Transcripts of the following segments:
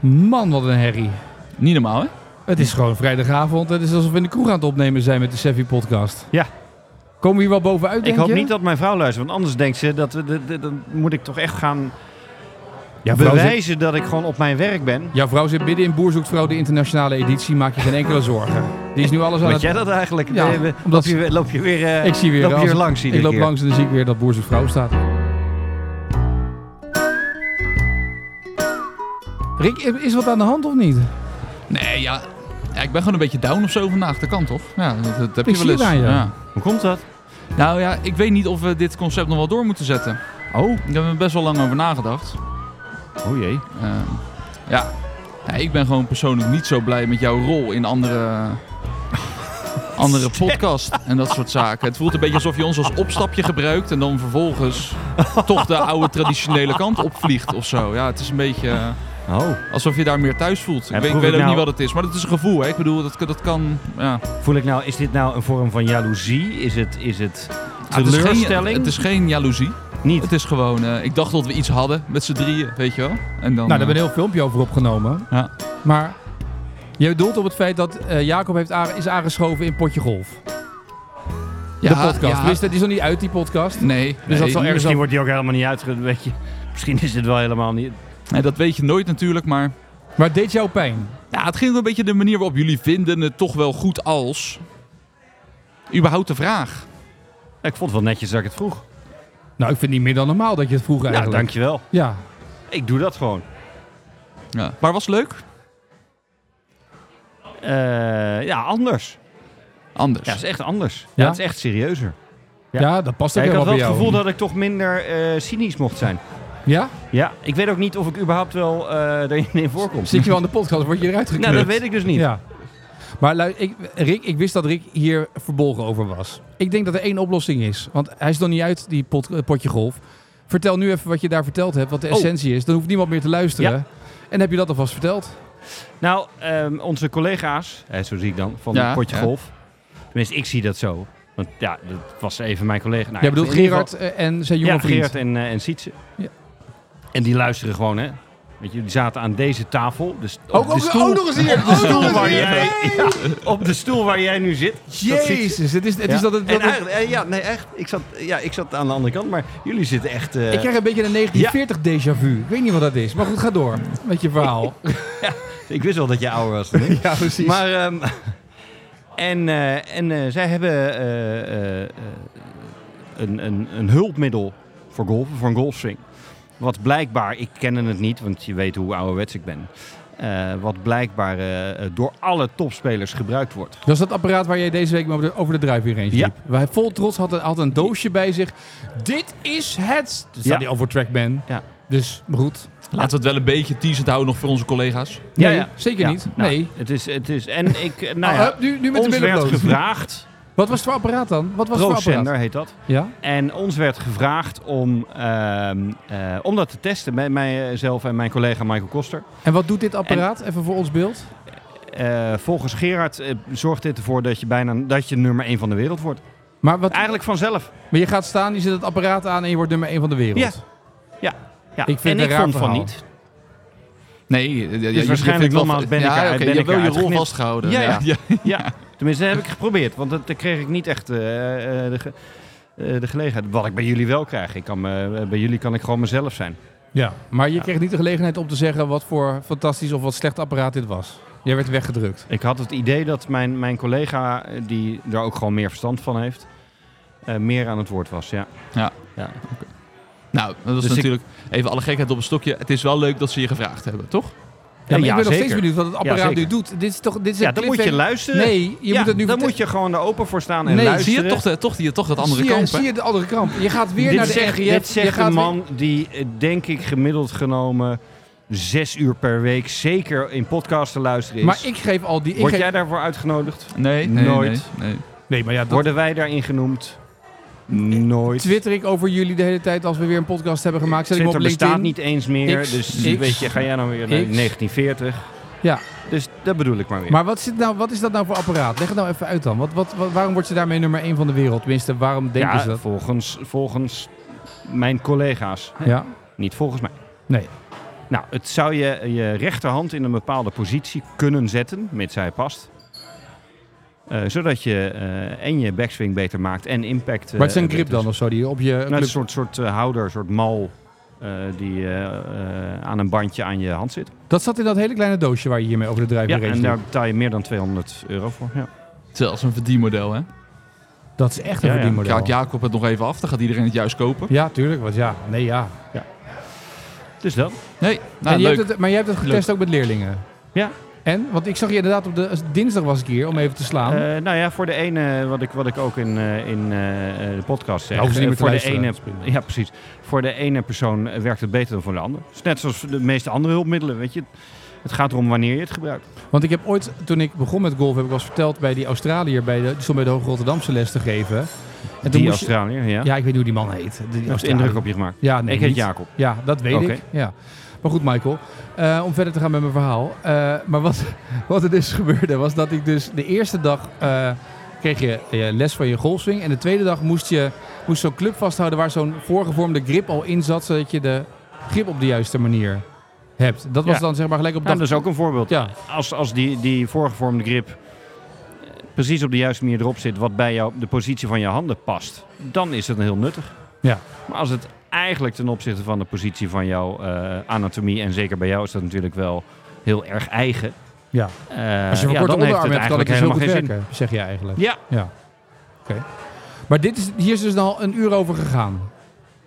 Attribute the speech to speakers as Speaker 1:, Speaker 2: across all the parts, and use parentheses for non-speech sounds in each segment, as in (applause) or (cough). Speaker 1: Man, wat een herrie.
Speaker 2: Niet normaal, hè?
Speaker 1: Het is gewoon vrijdagavond. Het is alsof we in de kroeg aan het opnemen zijn met de Seffi podcast.
Speaker 3: Ja.
Speaker 1: Komen we hier wel bovenuit, denk
Speaker 3: ik hoop
Speaker 1: je?
Speaker 3: niet dat mijn vrouw luistert, want anders denkt ze dat we, de- de- dan moet ik toch echt gaan
Speaker 1: Jouw vrouw, zit,
Speaker 3: bewijzen dat ik gewoon op mijn werk ben.
Speaker 1: jouw vrouw zit midden in Boer zoekt vrouw, de internationale editie. Maak je geen enkele zorgen. Die is nu alles aan
Speaker 3: Weet
Speaker 1: het...
Speaker 3: jij dat eigenlijk?
Speaker 1: Ja,
Speaker 3: Nee, we-
Speaker 1: omdat-
Speaker 3: loop, je, loop je weer, eh,
Speaker 1: Ik zie weer...
Speaker 3: loop je
Speaker 1: als-
Speaker 3: weer langs iedere
Speaker 1: Ik loop
Speaker 3: keer.
Speaker 1: langs en dan zie ik weer dat Boer zoekt vrouw staat. Rick, is wat aan de hand of niet?
Speaker 2: Nee, ja. ja. Ik ben gewoon een beetje down of zo vandaag. Dat kan toch? Ja, dat, dat heb
Speaker 1: Ik
Speaker 2: je wel
Speaker 1: zie
Speaker 2: eens.
Speaker 1: het aan je.
Speaker 2: Ja.
Speaker 3: Hoe komt dat?
Speaker 2: Nou ja, ik weet niet of we dit concept nog wel door moeten zetten.
Speaker 3: Oh,
Speaker 2: Daar hebben we best wel lang over nagedacht.
Speaker 3: oh jee.
Speaker 2: Eh, ja. Ja, ik ben gewoon persoonlijk niet zo blij met jouw rol in
Speaker 1: (laughs)
Speaker 2: andere, andere podcast en dat soort zaken. Het voelt een beetje alsof je ons als opstapje gebruikt en dan vervolgens toch de oude traditionele kant opvliegt of zo. Ja, het is een beetje eh,
Speaker 3: Oh,
Speaker 2: alsof je daar meer thuis voelt.
Speaker 3: Ja,
Speaker 2: ik weet, ik
Speaker 3: proef
Speaker 2: weet
Speaker 3: ik
Speaker 2: ook
Speaker 3: nou-
Speaker 2: niet wat het is, maar dat is een gevoel. Hè? Ik bedoel, dat, dat kan... Ja.
Speaker 3: voel ik nou, is dit nou een vorm van jaloezie? Is het, is het
Speaker 1: Ah,
Speaker 2: Ja, Ah, het is geen-
Speaker 3: teleurstelling?
Speaker 2: Het is geen jaloezie.
Speaker 3: niet.
Speaker 2: Het is gewoon, eh, ik dacht dat we iets hadden met z'n drieën, weet je wel. En dan,
Speaker 1: Nou, daar hebben we
Speaker 2: eh,
Speaker 1: een heel filmpje over opgenomen.
Speaker 2: Ja.
Speaker 1: Maar je doelt op het feit dat eh, Jacob heeft a- is aangeschoven in Potje Golf.
Speaker 2: Ja,
Speaker 1: de podcast.
Speaker 2: eh, ja.
Speaker 1: Dus dat is nog niet uit, die podcast.
Speaker 2: Nee,
Speaker 1: Dus dat
Speaker 2: nee,
Speaker 1: zal ergens
Speaker 3: Misschien wordt die ook helemaal niet uitge... Weet je. Misschien is dit wel helemaal niet...
Speaker 2: nee, dat weet je nooit natuurlijk, maar...
Speaker 1: Maar het deed jou pijn?
Speaker 2: Ja, het ging een beetje de manier waarop jullie vinden het toch wel goed als. Überhaupt de vraag.
Speaker 3: Ik vond het wel netjes dat ik het vroeg.
Speaker 1: Nou, ik vind het niet meer dan normaal dat je het vroeg
Speaker 3: Nou,
Speaker 1: eigenlijk.
Speaker 3: dankjewel.
Speaker 1: Ja.
Speaker 3: Ik doe dat gewoon.
Speaker 2: Ja. Maar was het leuk?
Speaker 3: Eh, ja, anders.
Speaker 2: Anders.
Speaker 3: Ja, het is echt anders. Ja,
Speaker 1: Ja?
Speaker 3: het is echt serieuzer.
Speaker 1: Ja.
Speaker 3: Ja.
Speaker 1: dat past
Speaker 3: Ja,
Speaker 1: ook
Speaker 3: ik
Speaker 1: helemaal
Speaker 3: had wel
Speaker 1: bij
Speaker 3: het
Speaker 1: jou.
Speaker 3: gevoel dat ik toch minder eh, cynisch mocht zijn.
Speaker 1: Ja?
Speaker 3: Ja, ik weet ook niet of ik überhaupt wel eh erin in voorkom.
Speaker 1: Zit je wel aan de podcast, word je eruit geknipt.
Speaker 3: Nou, dat weet ik dus niet.
Speaker 1: Ja. Maar lu- ik, Rick, ik wist dat Rick hier verbolgen over was. Ik denk dat er één oplossing is. Want hij is nog niet uit, die pot- eh, potje golf. Vertel nu even wat je daar verteld hebt, wat de
Speaker 3: Oh.
Speaker 1: essentie is. Dan hoeft niemand meer te luisteren. En heb je dat alvast verteld?
Speaker 3: Nou, ehm, onze collega's, hè, zo zie ik dan, van
Speaker 2: Ja,
Speaker 3: Potje
Speaker 2: ja.
Speaker 3: Golf. Tenminste, ik zie dat zo. Want ja, dat was even mijn collega. Nou,
Speaker 1: Jij bedoelt
Speaker 3: in ieder geval-
Speaker 1: Gerard eh, en zijn jonge
Speaker 3: ja,
Speaker 1: vriend.
Speaker 3: Geert en, eh, en Sietse.
Speaker 1: Ja.
Speaker 3: En die luisteren gewoon, hè. Weet je, die zaten aan deze tafel. Dus op
Speaker 1: Ook,
Speaker 3: de
Speaker 1: ook,
Speaker 3: stoel,
Speaker 1: ook nog eens hier.
Speaker 3: de stoel
Speaker 1: Ook nog eens
Speaker 3: waar
Speaker 1: hier.
Speaker 3: jij, ja, op de stoel waar jij nu zit. Dat Sietse-
Speaker 1: Jezus, het is, het is
Speaker 3: Ja.
Speaker 1: dat het... dat
Speaker 3: En
Speaker 1: het-
Speaker 3: eigenlijk- eh, ja, nee, echt. Ik zat, ja, ik zat aan de andere kant, maar jullie zitten echt... eh,
Speaker 1: ik krijg een beetje een 1940 déjà vu. Ik weet niet wat dat is, maar goed, ga door met je verhaal.
Speaker 3: Ik wist wel dat je ouder was dan
Speaker 1: (laughs)
Speaker 3: ik.
Speaker 1: ja, precies.
Speaker 3: Maar, ehm, en eh, en eh, zij hebben eh, eh, eh, een, een, een hulpmiddel voor golfen, voor een golfswing. Wat blijkbaar, ik kende het niet, want je weet hoe ouderwets ik ben. eh, wat blijkbaar eh, door alle topspelers gebruikt wordt.
Speaker 1: Dat is dat apparaat waar jij deze week mee over de, over de drijfweer heen
Speaker 3: Ja.
Speaker 1: liep. Wij vol trots had, een- had een doosje bij zich. Dit is het. Dat staat
Speaker 3: Ja.
Speaker 1: niet al voor Trackman.
Speaker 3: Ja.
Speaker 1: Dus maar goed.
Speaker 2: Laten we het wel een beetje teasend houden nog voor onze collega's.
Speaker 3: Ja,
Speaker 1: Nee,
Speaker 3: ja.
Speaker 1: zeker
Speaker 3: Ja,
Speaker 1: niet.
Speaker 3: nou,
Speaker 1: nee.
Speaker 3: Het is, het is, en ik, nou
Speaker 1: Ah,
Speaker 3: ja,
Speaker 1: hup, nu, nu met de
Speaker 3: ons
Speaker 1: billen
Speaker 3: werd
Speaker 1: bloot.
Speaker 3: gevraagd,
Speaker 1: Wat was het voor apparaat dan? Wat was het voor apparaat?
Speaker 3: ProSender heet dat.
Speaker 1: Ja?
Speaker 3: En ons werd gevraagd om, ehm, eh, om dat te testen met mijzelf en mijn collega Michael Koster.
Speaker 1: En wat doet dit apparaat? Even voor ons beeld.
Speaker 3: Eh, volgens Gerard eh, zorgt dit ervoor dat je bijna dat je nummer 1 van de wereld wordt.
Speaker 1: Maar, wat,
Speaker 3: Eigenlijk vanzelf.
Speaker 1: maar je gaat staan, je zet het apparaat aan en je wordt nummer 1 van de wereld.
Speaker 3: Ja. Ja.
Speaker 1: Ik vind het
Speaker 3: en
Speaker 1: een
Speaker 3: ik
Speaker 1: raar
Speaker 3: vond
Speaker 1: verhaal.
Speaker 3: van niet.
Speaker 2: Nee, eh, ja, je- je
Speaker 3: waarschijnlijk
Speaker 2: vindt wel-
Speaker 3: nogmaals ben ik
Speaker 2: ja,
Speaker 3: uit-
Speaker 2: oké,
Speaker 3: ben
Speaker 2: je
Speaker 3: ik
Speaker 2: hebt wel je rol
Speaker 3: uitgeknipt.
Speaker 2: vastgehouden.
Speaker 3: Ja, ja.
Speaker 2: ja.
Speaker 3: (laughs) Ja. Tenminste, dat heb ik geprobeerd. Want dat, dat kreeg ik niet echt eh, eh, de, ge- eh, de gelegenheid. Wat ik bij jullie wel krijg. Ik kan me, eh, bij jullie kan ik gewoon mezelf zijn.
Speaker 1: Ja. Maar je
Speaker 3: Ja.
Speaker 1: kreeg niet de gelegenheid om te zeggen wat voor fantastisch of wat slecht apparaat dit was. Jij werd weggedrukt.
Speaker 3: Ik had het idee dat mijn, mijn collega, eh, die er ook gewoon meer verstand van heeft, eh, meer aan het woord was. Ja.
Speaker 2: Ja.
Speaker 3: ja.
Speaker 2: Nou, dat is
Speaker 3: Dus ik-
Speaker 2: natuurlijk even alle gekheid op een stokje. Het is wel leuk dat ze je gevraagd hebben, toch?
Speaker 1: Ja, maar
Speaker 3: ja,
Speaker 1: ik ben nog
Speaker 3: zeker.
Speaker 1: steeds benieuwd wat het apparaat
Speaker 3: zeker.
Speaker 1: nu doet. Dit is toch dit is
Speaker 3: Ja,
Speaker 1: een
Speaker 3: dan moet je
Speaker 1: cliffhanger.
Speaker 3: luisteren.
Speaker 1: Dus Nee, je
Speaker 3: Ja,
Speaker 1: moet het nu
Speaker 3: dan
Speaker 1: vertellen.
Speaker 3: moet je gewoon er open voor staan en
Speaker 1: Nee,
Speaker 3: luisteren.
Speaker 2: Zie je toch, de, toch, die, toch dat andere
Speaker 1: zie
Speaker 2: kamp,
Speaker 1: je,
Speaker 2: hè?
Speaker 1: zie je de andere kramp. Je gaat weer
Speaker 3: dit
Speaker 1: naar de
Speaker 3: zegt,
Speaker 1: RGF.
Speaker 3: dit
Speaker 1: je
Speaker 3: zegt
Speaker 1: gaat
Speaker 3: een
Speaker 1: weer-
Speaker 3: man die, eh, denk ik, gemiddeld genomen zes uur per week zeker in podcast te luisteren is.
Speaker 1: Maar ik geef al die... Ik
Speaker 3: Word
Speaker 1: geef-
Speaker 3: jij daarvoor uitgenodigd?
Speaker 2: Nee, nee,
Speaker 3: Nooit.
Speaker 2: Nee, nee.
Speaker 1: Nee, maar ja, dat
Speaker 3: Worden wij daarin genoemd? Nooit.
Speaker 1: twitter ik over jullie de hele tijd als we weer een podcast hebben gemaakt. Zet
Speaker 3: Twitter
Speaker 1: ik me op
Speaker 3: bestaat
Speaker 1: LinkedIn.
Speaker 3: niet eens meer.
Speaker 1: X,
Speaker 3: dus
Speaker 1: X,
Speaker 3: weet je, ga jij nou weer naar
Speaker 1: X.
Speaker 3: 1940?
Speaker 1: Ja.
Speaker 3: Dus dat bedoel ik maar weer.
Speaker 1: Maar wat, zit nou, wat is dat nou voor apparaat? Leg het nou even uit dan. Wat, wat, wat- waarom wordt ze daarmee nummer 1 van de wereld? Tenminste, waarom denken
Speaker 3: ja,
Speaker 1: ze dus dat?
Speaker 3: volgens, volgens mijn collega's.
Speaker 1: Ja.
Speaker 3: Niet volgens mij.
Speaker 1: Nee.
Speaker 3: Nou, het zou je je rechterhand in een bepaalde positie kunnen zetten, mits hij past. Eh, zodat je eh, en je backswing beter maakt en impact. eh,
Speaker 1: Maar het is een grip
Speaker 3: beter
Speaker 1: dan of zo die je op je
Speaker 3: nou,
Speaker 1: club-
Speaker 3: het is een soort, soort eh, houder, een soort mal eh, die eh, eh, aan een bandje aan je hand zit.
Speaker 1: Dat zat in dat hele kleine doosje waar je hiermee over de
Speaker 3: Ja,
Speaker 1: drijver reed.
Speaker 3: en daar betaal je meer dan 200 euro voor. Ja.
Speaker 2: Zelfs een verdienmodel, hè?
Speaker 1: Dat is echt een
Speaker 3: Ja, ja.
Speaker 1: verdienmodel.
Speaker 2: Kraakt Jacob het nog even af, dan gaat iedereen het juist kopen.
Speaker 1: Ja, tuurlijk. Want ja, nee, ja.
Speaker 3: Dus dat.
Speaker 2: Nee,
Speaker 1: En
Speaker 2: nou
Speaker 1: je
Speaker 2: leuk.
Speaker 1: hebt het, maar je hebt het getest ook met leerlingen.
Speaker 3: Ja.
Speaker 1: En? Want ik zag je inderdaad op de... Dinsdag was ik hier om even te slaan.
Speaker 3: Eh, nou ja, voor de ene, wat ik, wat ik ook in, eh, in eh, eh, de podcast zeg.
Speaker 1: Nou, hoeven ze niet meer
Speaker 3: eh, voor
Speaker 1: te
Speaker 3: de ene,
Speaker 1: luisteren.
Speaker 3: ja, precies. Voor de ene persoon eh, werkt het beter dan voor de ander. Het is net zoals de meeste andere hulpmiddelen, weet je. Het gaat erom wanneer je het gebruikt.
Speaker 1: Want ik heb ooit, toen ik begon met golf, heb ik wel eens verteld bij die Australiër, bij de, die stond bij de Hoge Rotterdamse les te geven. En toen
Speaker 3: Die
Speaker 1: moest je-
Speaker 3: Australiër, ja.
Speaker 1: ja, ik weet niet hoe die man heet. Die
Speaker 3: Dat heeft
Speaker 1: Australiër.
Speaker 3: indruk op je gemaakt.
Speaker 1: Ja, nee,
Speaker 3: ik heet
Speaker 1: niet.
Speaker 3: Jacob.
Speaker 1: Ja, dat weet
Speaker 3: Oké.
Speaker 1: ik. Ja. Maar goed, Michael. eh, om verder te gaan met mijn verhaal. Eh, maar wat, (laughs) wat er dus gebeurde, was dat ik dus de eerste dag eh, kreeg je eh, les van je golfswing. En de tweede dag moest je moest zo'n club vasthouden waar zo'n voorgevormde grip al in zat. Zodat je de grip op de juiste manier hebt. Dat was
Speaker 3: Ja.
Speaker 1: dan zeg maar gelijk op
Speaker 3: Ja,
Speaker 1: dag...
Speaker 3: dat is ook een voorbeeld.
Speaker 1: Ja,
Speaker 3: Als, als die, die voorgevormde grip eh, precies op de juiste manier erop zit, wat bij jou, de positie van je handen past, dan is het heel nuttig.
Speaker 1: Ja.
Speaker 3: Maar als het eigenlijk ten opzichte van de positie van jouw eh, anatomie, en zeker bij jou is dat natuurlijk wel heel erg eigen.
Speaker 1: Ja.
Speaker 3: Eh,
Speaker 1: Als je een
Speaker 3: ja,
Speaker 1: korte
Speaker 3: dan heeft
Speaker 1: onderarm hebt,
Speaker 3: het
Speaker 1: kan
Speaker 3: eigenlijk
Speaker 1: ik dus heel
Speaker 3: helemaal
Speaker 1: goed
Speaker 3: geen zin.
Speaker 1: werken, zeg je eigenlijk.
Speaker 3: Ja,
Speaker 1: Ja. Oké. Maar dit is, hier is dus al een uur over gegaan.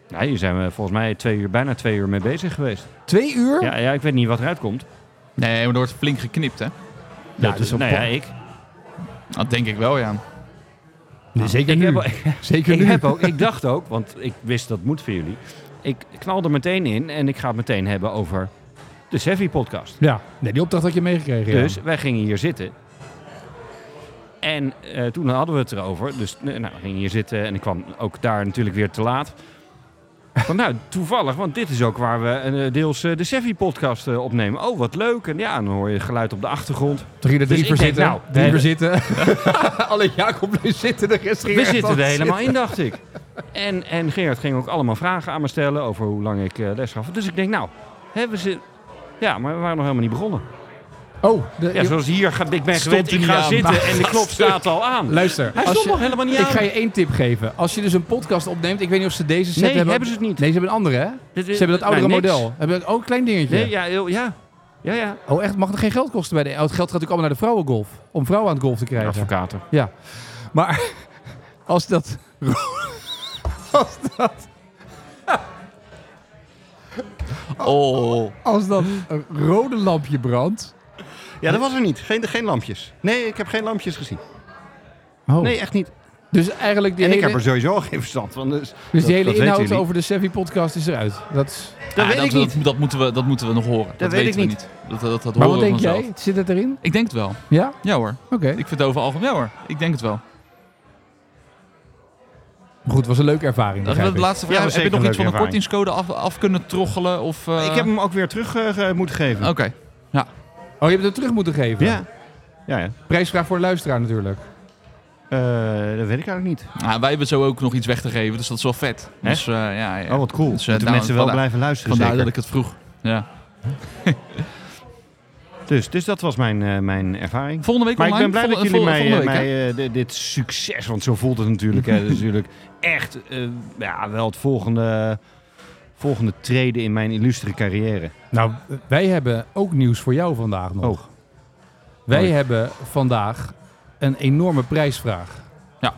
Speaker 3: Ja, Nou, hier zijn we volgens mij twee uur, bijna twee uur mee bezig geweest.
Speaker 1: Twee uur?
Speaker 3: Ja, ja ik weet niet wat eruit komt.
Speaker 2: Nee, maar er wordt flink geknipt, hè?
Speaker 1: Ja,
Speaker 3: Dat is
Speaker 1: op-
Speaker 3: nou ja, ik.
Speaker 2: Dat denk ik wel, ja.
Speaker 1: Nee, zeker
Speaker 3: Nou, ik
Speaker 1: nu.
Speaker 3: heb, al-
Speaker 1: (laughs)
Speaker 3: (laughs)
Speaker 1: zeker
Speaker 3: Ik,
Speaker 1: nu.
Speaker 3: heb ook, ik dacht ook, want ik wist dat moet voor jullie. Ik knal er meteen in en ik ga het meteen hebben over de Sevi podcast.
Speaker 1: (laughs) Ja, nee, die opdracht had je meegekregen. ja.
Speaker 3: Dus wij gingen hier zitten. En eh, toen hadden we het erover. Dus eh, nou, we gingen hier zitten en ik kwam ook daar natuurlijk weer te laat. Van, nou, toevallig, want dit is ook waar we eh, deels eh, de Sevi podcast eh, opnemen. Oh, wat leuk. En ja, dan hoor je geluid op de achtergrond.
Speaker 1: Toen gingen er drie
Speaker 3: dus
Speaker 1: voor
Speaker 3: ik denk,
Speaker 1: zitten.
Speaker 3: nou,
Speaker 1: drie
Speaker 3: we
Speaker 1: voor zitten.
Speaker 3: (laughs)
Speaker 1: (laughs) Alle Jacob bleef zitten, de rest ging
Speaker 3: We
Speaker 1: echt
Speaker 3: zitten
Speaker 1: al
Speaker 3: er helemaal in, dacht ik. En, en Gerard ging ook allemaal vragen aan me stellen over hoe lang ik eh, les gaf. Dus ik denk, nou, hebben ze... Ja, maar we waren nog helemaal niet begonnen.
Speaker 1: Oh, de-
Speaker 3: Ja, zoals hier ga, ik ben
Speaker 2: Stond
Speaker 3: gewend,
Speaker 2: hij
Speaker 3: ik
Speaker 2: niet
Speaker 3: ga
Speaker 2: aan.
Speaker 3: zitten en de knop staat al aan.
Speaker 1: luister.
Speaker 3: Hij
Speaker 1: als
Speaker 3: stond
Speaker 1: je-
Speaker 3: nog helemaal niet
Speaker 1: ik
Speaker 3: aan.
Speaker 1: ga je één tip geven. Als je dus een podcast opneemt, ik weet niet of ze deze set
Speaker 3: nee,
Speaker 1: hebben.
Speaker 3: hebben, ze het niet.
Speaker 1: Nee, ze hebben een andere, hè?
Speaker 3: Dit
Speaker 1: Ze
Speaker 3: is-
Speaker 1: hebben dat
Speaker 3: nou,
Speaker 1: oudere
Speaker 3: niks.
Speaker 1: model. Hebben ook een klein dingetje.
Speaker 3: Nee, ja, heel- ja. Ja, ja.
Speaker 1: Oh, echt? Mag het geen geld kosten bij de... Oh, het geld gaat natuurlijk allemaal naar de vrouwengolf. Om vrouwen aan het golf te krijgen.
Speaker 3: Advocaten.
Speaker 1: Maar (laughs) als dat. Als dat,
Speaker 2: Oh,
Speaker 1: als dat een rode lampje brandt.
Speaker 4: Ja, dat was er niet. Geen, geen lampjes. Nee, ik heb geen lampjes gezien.
Speaker 3: Oh.
Speaker 4: Nee, echt niet.
Speaker 1: Dus eigenlijk die
Speaker 4: en ik
Speaker 1: hele,
Speaker 4: heb er sowieso al geen verstand van. Dus,
Speaker 1: dus die hele
Speaker 4: dat weten
Speaker 1: inhoud
Speaker 4: jullie.
Speaker 1: over de Sevi podcast is eruit. Dat is,
Speaker 4: Dat weet ik niet.
Speaker 2: Dat, dat, moeten we, dat moeten we nog horen. Dat,
Speaker 4: weet
Speaker 2: weten
Speaker 4: ik
Speaker 2: we niet. Dat, dat, dat
Speaker 1: maar
Speaker 2: horen
Speaker 1: wat
Speaker 2: we
Speaker 1: denk
Speaker 2: vanzelf.
Speaker 1: jij? Zit het erin?
Speaker 2: Ik denk het wel.
Speaker 1: Ja?
Speaker 2: Ja hoor.
Speaker 1: Oké.
Speaker 2: Ik vind het over algemeen. Ja hoor. Ik denk het wel.
Speaker 1: Goed, het was een leuke ervaring.
Speaker 2: Dat is
Speaker 1: begrijp
Speaker 2: de
Speaker 1: ik.
Speaker 2: laatste vraag.
Speaker 3: Ja, dat is
Speaker 2: Heb je nog
Speaker 3: zeker
Speaker 2: iets van
Speaker 3: een
Speaker 2: een
Speaker 3: leuke
Speaker 2: kortingscode af, af kunnen troggelen? Of, eh,
Speaker 4: Ik heb hem ook weer terug eh, ge- moeten geven.
Speaker 2: Oké.
Speaker 1: Oh, je hebt het terug moeten geven?
Speaker 4: Ja.
Speaker 3: Ja, ja.
Speaker 1: Prijsvraag voor de luisteraar natuurlijk.
Speaker 4: Eh, dat weet ik eigenlijk niet.
Speaker 2: Nou, wij hebben zo ook nog iets weg te geven, dus dat is wel vet.
Speaker 3: Hè?
Speaker 2: Dus eh, ja, ja.
Speaker 4: Oh, wat cool.
Speaker 2: Dus, eh,
Speaker 4: Moeten
Speaker 2: daarom-
Speaker 4: mensen wel
Speaker 2: vandaar-
Speaker 4: blijven luisteren.
Speaker 2: vandaar dat
Speaker 4: zeker?
Speaker 2: ik het vroeg. Ja.
Speaker 3: Dus, dus dat was mijn, eh, mijn ervaring.
Speaker 2: Volgende week
Speaker 3: Maar ik
Speaker 2: online.
Speaker 3: ben blij dat
Speaker 2: Vol-
Speaker 3: jullie
Speaker 2: vol-
Speaker 3: mij,
Speaker 2: volgende week,
Speaker 3: mij, eh, di- dit succes, want zo voelt het natuurlijk. Hè, Dat is natuurlijk echt eh, ja, wel het volgende, volgende treden in mijn illustere carrière.
Speaker 1: Nou, wij hebben ook nieuws voor jou vandaag nog.
Speaker 3: Oh.
Speaker 1: Wij
Speaker 3: Hoi.
Speaker 1: hebben vandaag een enorme prijsvraag.
Speaker 2: Ja.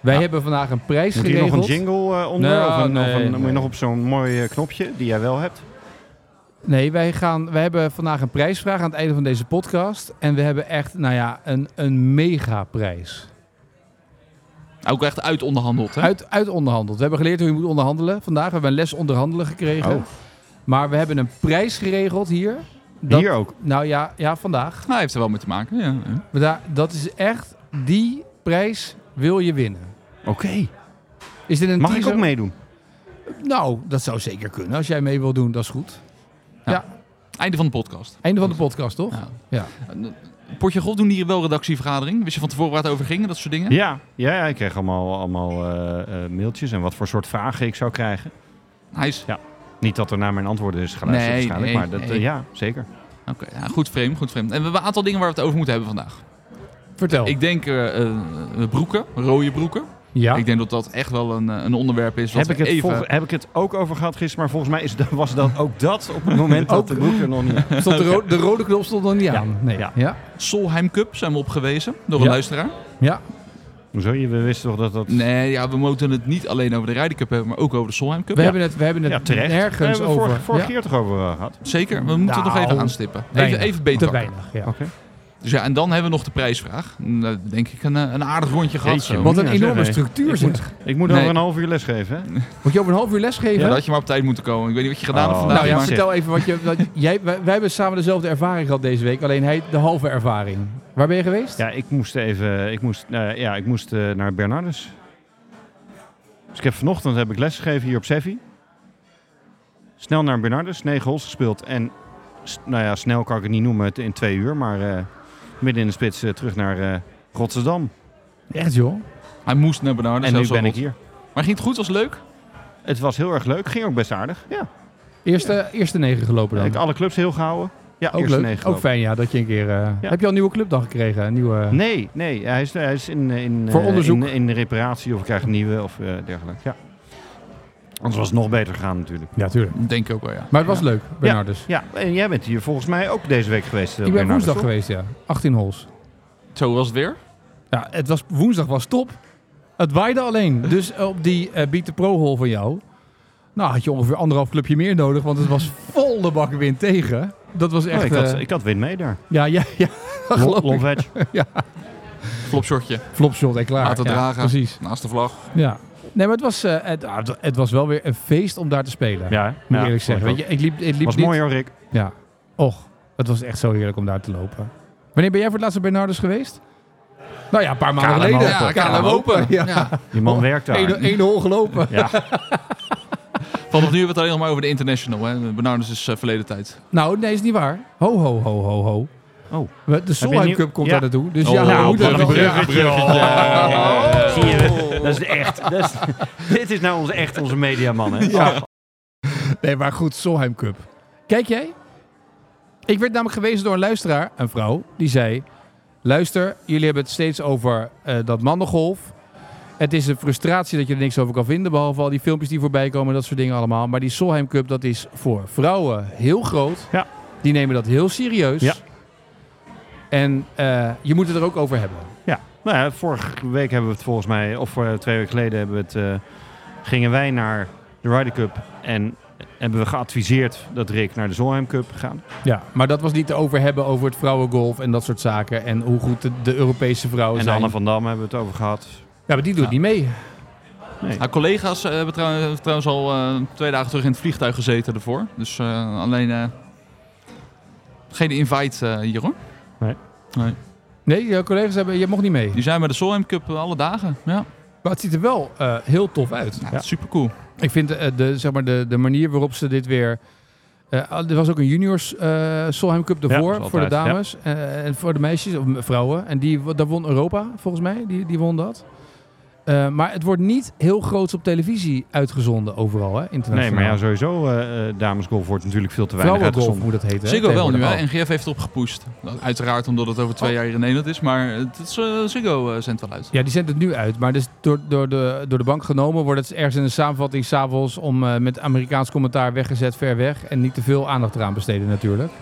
Speaker 1: Wij
Speaker 2: Ja.
Speaker 1: hebben vandaag een prijs
Speaker 3: Moet hier
Speaker 1: geregeld.
Speaker 3: nog een jingle eh, onder?
Speaker 1: Nou,
Speaker 3: of een, of
Speaker 1: nee,
Speaker 3: een- moet
Speaker 1: nee.
Speaker 3: je nog op zo'n mooi eh, knopje die jij wel hebt?
Speaker 1: Nee, wij, gaan, wij hebben vandaag een prijsvraag aan het einde van deze podcast. En we hebben echt, nou ja, een, een mega prijs.
Speaker 2: hè? Nou, Ook echt uit onderhandeld. Hè?
Speaker 1: Uit, uit onderhandeld. We hebben geleerd hoe je moet onderhandelen vandaag. We hebben een les onderhandelen gekregen.
Speaker 3: Oh.
Speaker 1: Maar we hebben een prijs geregeld hier. Dat-
Speaker 3: Hier ook.
Speaker 1: Nou ja, ja vandaag.
Speaker 2: Nou, hij heeft er wel mee te maken. Ja, ja.
Speaker 1: Maar daar, dat is echt, die prijs wil je winnen.
Speaker 3: Oké.
Speaker 1: Is dit een
Speaker 3: Mag ik
Speaker 1: teaser?
Speaker 3: ook meedoen?
Speaker 1: Nou, dat zou zeker kunnen. Als jij mee wil doen, dat is goed.
Speaker 2: Einde van de podcast.
Speaker 1: Einde van de podcast, toch?
Speaker 2: Ja.
Speaker 1: Ja.
Speaker 2: Potje Golf doen hier wel redactievergadering. Wist je van tevoren waar het over ging en dat soort dingen?
Speaker 3: Ja, ja, ja ik kreeg allemaal, allemaal eh, eh, mailtjes en wat voor soort vragen ik zou krijgen.
Speaker 2: Hij is
Speaker 3: Ja. Niet dat er naar mijn antwoorden is geluisterd
Speaker 2: Nee,
Speaker 3: waarschijnlijk,
Speaker 2: nee,
Speaker 3: maar dat, eh,
Speaker 2: nee.
Speaker 3: ja, zeker.
Speaker 2: Oké, ja, goed frame, goed frame. En we hebben een aantal dingen waar we het over moeten hebben vandaag.
Speaker 1: Vertel.
Speaker 2: Ik denk eh, eh, broeken, rode broeken.
Speaker 1: ja.
Speaker 2: Ik denk dat dat echt wel een, eh, een onderwerp is. Wat
Speaker 3: Heb ik,
Speaker 2: we
Speaker 3: het
Speaker 2: even...
Speaker 3: vol- heb ik het ook over gehad gisteren, maar volgens mij is, dat- was dat ook dat op het moment dat de broek er nog niet...
Speaker 1: Stond de, ro- de rode knop stond nog niet
Speaker 3: Ja.
Speaker 1: aan. Nee.
Speaker 3: Ja.
Speaker 1: Ja.
Speaker 2: Solheim Cup zijn we opgewezen door een
Speaker 1: Ja.
Speaker 2: luisteraar.
Speaker 1: Ja.
Speaker 3: Hoezo? Je wist toch dat dat...
Speaker 2: Nee, ja, we moeten het niet alleen over de Ryder Cup hebben, maar ook over de Solheim Cup.
Speaker 1: We hebben het, we hebben het
Speaker 3: Ja, terecht. Daar
Speaker 1: nergens
Speaker 3: hebben we
Speaker 1: over.
Speaker 3: vorig- vorige
Speaker 1: Ja.
Speaker 3: keer toch over eh, gehad?
Speaker 2: Zeker, we moeten het nog
Speaker 1: Nou,
Speaker 2: even aanstippen. Even,
Speaker 1: Weinig.
Speaker 2: even beter.
Speaker 1: Te weinig, ja.
Speaker 3: Oké.
Speaker 2: Dus ja, en dan hebben we nog de prijsvraag. Nou, denk ik een, eh, een aardig rondje gehad.
Speaker 3: Jeetje,
Speaker 2: Zo.
Speaker 1: Wat een
Speaker 3: Ja,
Speaker 1: enorme
Speaker 3: zeg,
Speaker 1: structuur
Speaker 3: Ik moet-
Speaker 1: zeg.
Speaker 3: Ik moet
Speaker 2: Nee.
Speaker 3: nog een half uur les geven, hè?
Speaker 1: (laughs) Moet je over een half uur lesgeven?
Speaker 2: Ja, dat had je maar op tijd moeten komen. Ik weet niet wat je gedaan hebt
Speaker 3: Oh.
Speaker 2: vandaag.
Speaker 1: Nou ja,
Speaker 2: maar-
Speaker 3: zeg.
Speaker 1: vertel even wat je. Wat,
Speaker 3: (laughs)
Speaker 1: jij, wij, wij hebben samen dezelfde ervaring gehad deze week, alleen hij de halve ervaring. Waar ben je geweest?
Speaker 3: Ja, ik moest even. Ik moest, nou ja, ik moest eh, naar Bernardus. Dus ik heb vanochtend heb ik lesgegeven hier op Seffi. Snel naar Bernardus, negen holes gespeeld. En s- nou ja, snel kan ik het niet noemen het in twee uur, maar eh, midden in de spits eh, terug naar eh, Rotterdam.
Speaker 1: Echt joh.
Speaker 2: Hij moest naar Bernard.
Speaker 3: en nu ben ik hier.
Speaker 2: Maar ging het goed? Was het leuk?
Speaker 3: Het was heel erg leuk, ging ook best aardig. Ja,
Speaker 1: Eerste, eerste negen gelopen
Speaker 3: ik
Speaker 1: dan.
Speaker 3: heb alle clubs heel gehouden. Ja,
Speaker 1: ook
Speaker 3: eerste
Speaker 1: leuk.
Speaker 3: negen
Speaker 1: ook
Speaker 3: gelopen.
Speaker 1: fijn ja, dat je een keer. eh,
Speaker 3: Ja.
Speaker 1: Heb je al een nieuwe club dan gekregen? Een nieuwe.
Speaker 3: Nee, nee, hij is, hij is in, eh, in, eh,
Speaker 1: Voor onderzoek.
Speaker 3: in, in reparatie of ik krijg een nieuwe of eh, dergelijke. Ja. Anders was het nog beter gegaan natuurlijk.
Speaker 1: Ja, tuurlijk.
Speaker 2: Denk ik ook wel, ja.
Speaker 1: Maar het was leuk, Bernardus.
Speaker 3: Ja, en jij bent hier volgens mij ook deze week geweest. eh,
Speaker 1: Ik ben
Speaker 3: Bernardus,
Speaker 1: woensdag
Speaker 3: toch?
Speaker 1: geweest, ja. 18 holes.
Speaker 2: Zo was het weer.
Speaker 1: Ja, het was, woensdag was top. Het waaide alleen. Dus op die eh Beat the Pro hole van jou. Nou, had je ongeveer anderhalf clubje meer nodig, want het was vol de bak wind tegen. Dat was echt.
Speaker 3: Oh, ik, had,
Speaker 1: eh,
Speaker 3: ik had win mee daar.
Speaker 1: Ja, ja, ja. dat (laughs) geloof ik.
Speaker 3: Long
Speaker 1: (laughs)
Speaker 3: wedge.
Speaker 2: Flopshotje.
Speaker 1: Flopshot en klaar.
Speaker 2: Laten
Speaker 1: ja,
Speaker 2: dragen.
Speaker 1: Precies.
Speaker 2: Naast de vlag.
Speaker 3: (laughs)
Speaker 1: Ja. Nee, maar het was, eh, het, ah, het- het was wel weer een feest om daar te spelen.
Speaker 3: Ja,
Speaker 1: Moet
Speaker 3: ja,
Speaker 1: ik eerlijk
Speaker 3: vond
Speaker 1: zeggen.
Speaker 3: ook.
Speaker 1: Weet je, ik liep, ik liep
Speaker 3: was
Speaker 1: niet-
Speaker 3: mooi hoor, Rick.
Speaker 1: Ja. Och, het was echt zo heerlijk om daar te lopen. Wanneer ben jij voor het laatst op Bernardus geweest? Nou ja, een paar maanden
Speaker 3: KLM
Speaker 1: geleden.
Speaker 3: Open.
Speaker 2: Ja, KLM Open. Ja.
Speaker 3: Die
Speaker 1: Oh,
Speaker 3: man werkt daar.
Speaker 1: Eén, één hol gelopen.
Speaker 3: Ja,
Speaker 2: Vanaf nu hebben we het alleen nog maar over de international. Hè. Bernardus is eh, verleden tijd.
Speaker 1: Nou, nee, is niet waar. Ho, ho, ho, ho, ho.
Speaker 3: Oh.
Speaker 1: We- De Solheim
Speaker 3: nieuw-
Speaker 1: Cup komt
Speaker 3: Ja.
Speaker 1: daar naartoe. Dus
Speaker 2: Oh,
Speaker 1: ja,
Speaker 2: nou,
Speaker 1: we moeten
Speaker 2: wat
Speaker 1: wel-
Speaker 2: een
Speaker 1: ja.
Speaker 2: bruggetje.
Speaker 3: Oh. Zie je, dat is de echt. Dat is, (laughs) dit is nou onze, echt onze mediaman, hè?
Speaker 1: Ja. Nee, maar goed, Solheim Cup. Kijk jij? Ik werd namelijk gewezen door een luisteraar, een vrouw, die zei... Luister, jullie hebben het steeds over eh, dat mannengolf. Het is een frustratie dat je er niks over kan vinden, behalve al die filmpjes die voorbij komen, dat soort dingen allemaal. Maar die Solheim Cup, dat is voor vrouwen heel groot.
Speaker 3: Ja.
Speaker 1: Die nemen dat heel serieus.
Speaker 3: Ja.
Speaker 1: En eh, je moet het er ook over hebben.
Speaker 3: Ja, nou ja, vorige week hebben we het volgens mij, of eh, twee weken geleden hebben we het, eh, gingen wij naar de Ryder Cup en hebben we geadviseerd dat Rick naar de Solheim Cup gaat.
Speaker 1: Ja. Maar dat was niet te over hebben over het vrouwengolf en dat soort zaken. En hoe goed de, de Europese vrouwen
Speaker 3: En
Speaker 1: zijn.
Speaker 3: Anne van Dam hebben we het over gehad.
Speaker 1: Ja, maar die doet
Speaker 2: Ja.
Speaker 1: niet mee.
Speaker 2: Haar collega's eh, hebben trouw- trouwens al eh, twee dagen terug in het vliegtuig gezeten ervoor. Dus eh, alleen... eh, geen invite eh, hier hoor.
Speaker 1: Nee, jouw collega's hebben, je mocht niet mee.
Speaker 2: Die zijn bij de Solheim Cup eh, alle dagen. Ja,
Speaker 1: Maar het ziet er wel eh, heel tof uit.
Speaker 2: super cool.
Speaker 1: Ik vind eh, de, zeg maar de, de manier waarop ze dit weer... eh, er was ook een juniors eh Solheim Cup
Speaker 3: Ja,
Speaker 1: ervoor
Speaker 3: dat is
Speaker 1: voor de
Speaker 3: altijd, ja.
Speaker 1: dames eh, en voor de meisjes of vrouwen. En die, daar won Europa volgens mij, die, die won dat. Eh, maar het wordt niet heel groots op televisie uitgezonden overal, hè,
Speaker 3: Nee,
Speaker 1: internationaal.
Speaker 3: maar ja, sowieso eh eh, damesgolf wordt natuurlijk veel te weinig
Speaker 1: Vrouwengolf
Speaker 3: uitgezonden.
Speaker 1: moet dat heten. hè,
Speaker 2: Ziggo wel nu, hè?
Speaker 1: tegenwoordig.
Speaker 2: NGF heeft erop gepusht. Nou, Uiteraard omdat het over twee jaar hier in Nederland is, maar het is, eh, Ziggo eh, zendt wel uit.
Speaker 1: Ja, die zendt het nu uit. Maar dus door, door, de, door de bank genomen wordt het ergens in de samenvatting s'avonds om eh, met Amerikaans commentaar weggezet ver weg. En niet te veel aandacht eraan besteden natuurlijk.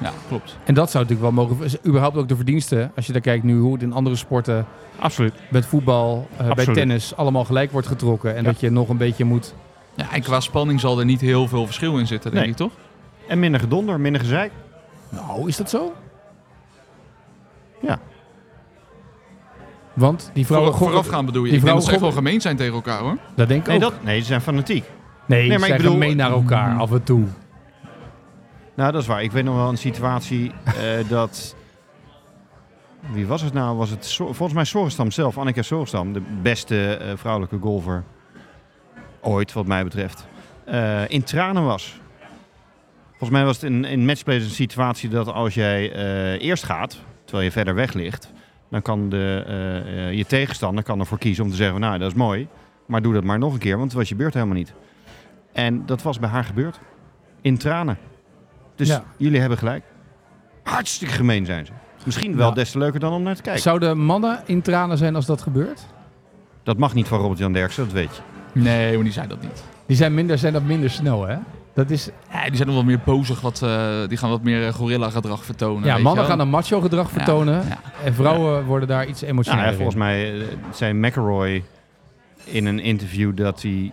Speaker 2: Ja, klopt.
Speaker 1: En dat zou natuurlijk wel mogen. is Überhaupt ook de verdiensten. Als je daar kijkt nu hoe het in andere sporten,
Speaker 3: Absoluut.
Speaker 1: met voetbal, eh, bij
Speaker 3: Absoluut.
Speaker 1: tennis, allemaal gelijk wordt getrokken. En
Speaker 3: Ja.
Speaker 1: dat je nog een beetje moet.
Speaker 2: Ja, en qua spanning zal er niet heel veel verschil in zitten, denk
Speaker 3: Nee.
Speaker 2: ik toch?
Speaker 3: En minder gedonder, minder gezeik.
Speaker 1: Nou, is dat zo?
Speaker 3: Ja.
Speaker 1: Want die
Speaker 2: Voor,
Speaker 1: vrouwen.
Speaker 2: voorafgaan bedoel je.
Speaker 1: die
Speaker 2: ik denk dat ze echt wel
Speaker 1: vrouwen-
Speaker 2: gemeen zijn tegen elkaar hoor.
Speaker 1: Dat denk ik
Speaker 3: Nee,
Speaker 1: ook.
Speaker 3: dat, nee, ze zijn fanatiek.
Speaker 1: nee,
Speaker 3: maar
Speaker 1: ze
Speaker 3: ik
Speaker 1: zeggen
Speaker 3: bedoel-
Speaker 1: mee naar elkaar af en toe.
Speaker 3: Nou, dat is waar. Ik weet nog wel een situatie eh, dat... Wie was het nou? Was het Sor- volgens mij Sorenstam zelf, Annika Sorenstam. De beste eh, vrouwelijke golfer ooit, wat mij betreft. eh, in tranen was. Volgens mij was het in, in matchplay een situatie dat als jij eh, eerst gaat, terwijl je verder weg ligt... dan kan de, eh, eh, je tegenstander kan ervoor kiezen om te zeggen, van, nou, dat is mooi. Maar doe dat maar nog een keer, want het was je beurt helemaal niet. En dat was bij haar gebeurd. In tranen. Dus
Speaker 1: Ja.
Speaker 3: jullie hebben gelijk. Hartstikke gemeen zijn ze. Misschien wel
Speaker 1: Ja.
Speaker 3: des te leuker dan om naar te kijken.
Speaker 1: Zouden mannen in tranen zijn als dat gebeurt?
Speaker 3: Dat mag niet van Robert-Jan Derksen, dat weet je.
Speaker 2: Nee, maar die zijn dat niet.
Speaker 1: Die zijn, minder, zijn dat minder snel, hè? Dat is,
Speaker 2: Ja, die zijn nog wat meer bozig. Wat, eh, die gaan wat meer gorilla gedrag vertonen.
Speaker 1: ja,
Speaker 2: weet
Speaker 1: mannen
Speaker 2: je wel.
Speaker 1: gaan een macho gedrag
Speaker 2: Ja,
Speaker 1: vertonen.
Speaker 2: ja.
Speaker 1: En vrouwen worden daar iets
Speaker 3: Nou,
Speaker 1: emotioneler
Speaker 3: ja, volgens mij eh, zei McElroy in een interview dat hij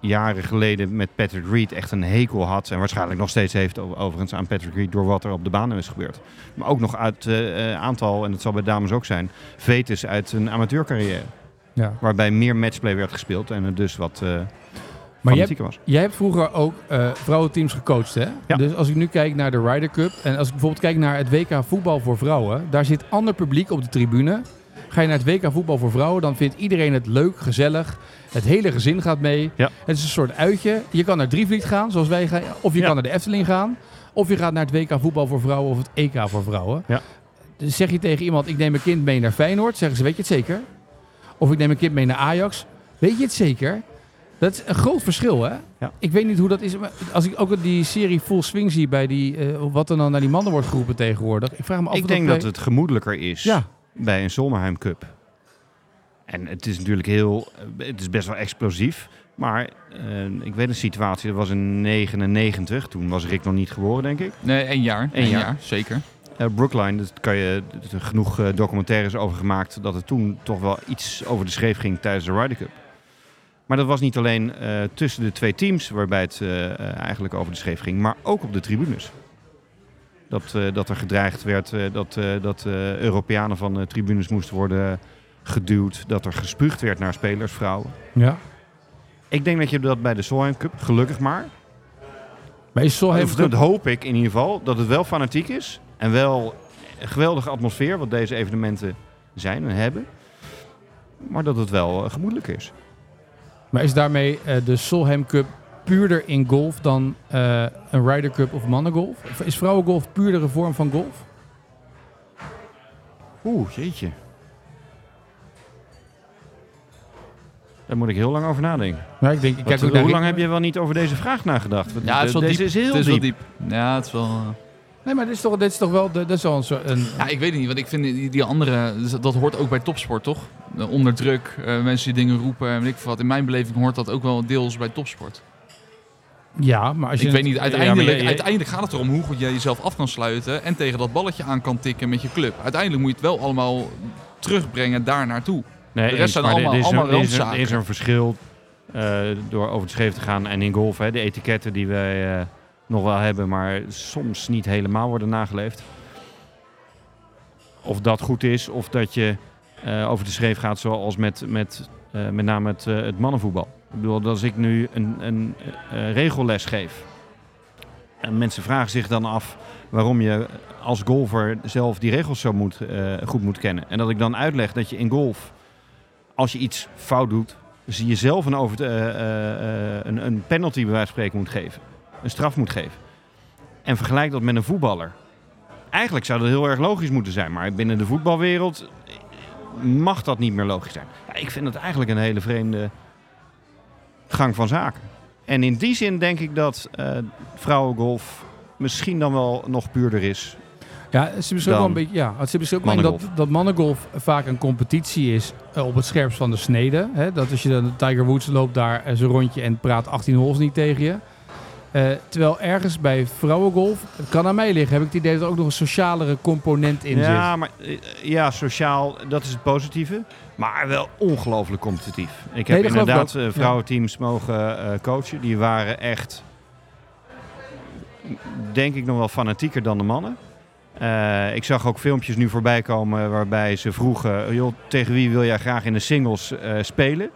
Speaker 3: jaren geleden met Patrick Reed echt een hekel had. En waarschijnlijk nog steeds heeft o- overigens aan Patrick Reed door wat er op de baan is gebeurd. Maar ook nog uit eh, eh, aantal, en dat zal bij dames ook zijn, vetes uit een amateurcarrière.
Speaker 1: in. Ja.
Speaker 3: Waarbij meer matchplay werd gespeeld en het dus wat eh
Speaker 1: Maar jij,
Speaker 3: fanatieker was.
Speaker 1: jij hebt vroeger ook eh, vrouwenteams gecoacht, hè?
Speaker 3: Ja.
Speaker 1: Dus als ik nu kijk naar de Ryder Cup en als ik bijvoorbeeld kijk naar het WK voetbal voor vrouwen, daar zit ander publiek op de tribune. Ga je naar het WK voetbal voor vrouwen, dan vindt iedereen het leuk, gezellig. Het hele gezin gaat mee.
Speaker 3: Ja.
Speaker 1: Het is een soort uitje. Je kan naar Drievliet gaan, zoals wij gaan, of je
Speaker 3: Ja.
Speaker 1: kan naar de Efteling gaan, of je gaat naar het WK voetbal voor vrouwen of het EK voor vrouwen.
Speaker 3: Ja.
Speaker 1: Dus zeg je tegen iemand: ik neem mijn kind mee naar Feyenoord, zeggen ze: weet je het zeker? Of ik neem mijn kind mee naar Ajax, weet je het zeker? Dat is een groot verschil, hè?
Speaker 3: Ja.
Speaker 1: Ik weet niet hoe dat is. Maar als ik ook die serie Full Swing zie bij die... eh, wat er dan naar die mannen wordt geroepen tegenwoordig. Ik vraag me af
Speaker 3: Ik
Speaker 1: of
Speaker 3: denk
Speaker 1: bij-
Speaker 3: dat het gemoedelijker is
Speaker 1: Ja,
Speaker 3: bij een Solheim Cup. En het is natuurlijk heel, eh, het is best wel explosief. Maar eh, ik weet een situatie, dat was in 99. Toen was Rick nog niet geboren, denk ik.
Speaker 2: Nee, één jaar. Eén
Speaker 3: jaar.
Speaker 2: jaar. zeker.
Speaker 3: Eh Brookline, dat kan je er zijn genoeg eh, documentaires over gemaakt dat het toen toch wel iets over de schreef ging tijdens de Ryder Cup. Maar dat was niet alleen eh, tussen de twee teams waarbij het eh, eh, eigenlijk over de schreef ging, maar ook op de tribunes. Dat, eh, dat er gedreigd werd eh, dat, eh, dat eh, Europeanen van eh, tribunes moesten worden geduwd, dat er gespuugd werd naar spelers, vrouwen.
Speaker 1: ja.
Speaker 3: Ik denk dat je dat bij de Solheim Cup, gelukkig maar,
Speaker 1: Maar is Solheim...
Speaker 3: of Oh, dat hoop ik in ieder geval, dat het wel fanatiek is. En wel een geweldige atmosfeer, wat deze evenementen zijn en hebben. Maar dat het wel eh, gemoedelijk is.
Speaker 1: Maar is daarmee eh, de Solheim Cup puurder in golf dan eh, een Ryder Cup of mannengolf? Of Is vrouwengolf puurdere vorm van golf?
Speaker 3: Oeh, jeetje. Daar moet ik heel lang over nadenken.
Speaker 1: Nou, ik denk... Ik
Speaker 3: Wat-
Speaker 1: kijk ook naar
Speaker 3: hoe
Speaker 1: Rick-
Speaker 3: lang heb je wel niet over deze vraag nagedacht? Want
Speaker 2: Ja, het is wel
Speaker 3: deze
Speaker 2: diep.
Speaker 3: is heel
Speaker 2: het is
Speaker 3: diep.
Speaker 2: wel diep. Ja, het is wel... eh,
Speaker 1: Nee, maar dit is toch, dit is toch wel... de- Dat is wel een soort... Een,
Speaker 2: Ja, ik weet het niet, want ik vind die, die andere, dus dat hoort ook bij topsport, toch? Eh, Onder druk, eh, mensen die dingen roepen en weet ik veel wat. In mijn beleving hoort dat ook wel deels bij topsport.
Speaker 1: ja, maar als je...
Speaker 2: Ik weet niet, uiteindelijk,
Speaker 3: je- je-
Speaker 2: uiteindelijk gaat het erom hoe goed jij jezelf af kan sluiten en tegen dat balletje aan kan tikken met je club. Uiteindelijk moet je het wel allemaal terugbrengen daar naartoe.
Speaker 3: Nee,
Speaker 2: De rest zijn
Speaker 3: maar er-
Speaker 2: allemaal-
Speaker 3: er is een-
Speaker 2: allemaal
Speaker 3: er is, een- er
Speaker 2: randzaken.
Speaker 3: is een verschil eh, door over de scheef te gaan en in golf. Hè, de etiketten die wij eh, nog wel hebben, maar soms niet helemaal worden nageleefd. Of dat goed is, of dat je eh, over de schreef gaat zoals met, met, eh, met name het, eh, het mannenvoetbal. Ik bedoel, dat als ik nu een, een eh, regelles geef... en mensen vragen zich dan af waarom je als golfer zelf die regels zo moet, eh, goed moet kennen. En dat ik dan uitleg dat je in golf als je iets fout doet, zie je zelf een, over, eh, eh, eh, een, een penalty bij wijze van spreken moet geven. Een straf moet geven. En vergelijk dat met een voetballer. Eigenlijk zou dat heel erg logisch moeten zijn, maar binnen de voetbalwereld eh, mag dat niet meer logisch zijn. Ja, ik vind dat eigenlijk een hele vreemde gang van zaken. En in die zin denk ik dat eh, vrouwengolf misschien dan wel nog puurder is.
Speaker 1: Ja, het is misschien ook wel een
Speaker 3: Dan
Speaker 1: beetje. Ja, het is misschien ook wel dat, dat mannengolf vaak een competitie is eh, op het scherpst van de snede. Hè? Dat als je dan Tiger Woods loopt daar eh, zijn rondje en praat 18 holes niet tegen je. Eh, terwijl ergens bij vrouwengolf, het kan aan mij liggen, heb ik het idee dat er ook nog een socialere component in zit.
Speaker 3: Ja, maar eh, ja, sociaal, dat is het positieve. Maar wel ongelooflijk competitief.
Speaker 1: dat
Speaker 3: Ik heb
Speaker 1: geloof ik
Speaker 3: inderdaad
Speaker 1: ook.
Speaker 3: eh,
Speaker 1: Ja.
Speaker 3: vrouwenteams mogen eh, coachen. Die waren echt, denk ik, nog wel fanatieker dan de mannen. Eh, ik zag ook filmpjes nu voorbij komen waarbij ze vroegen... eh, Joh, tegen wie wil jij graag in de singles eh, spelen?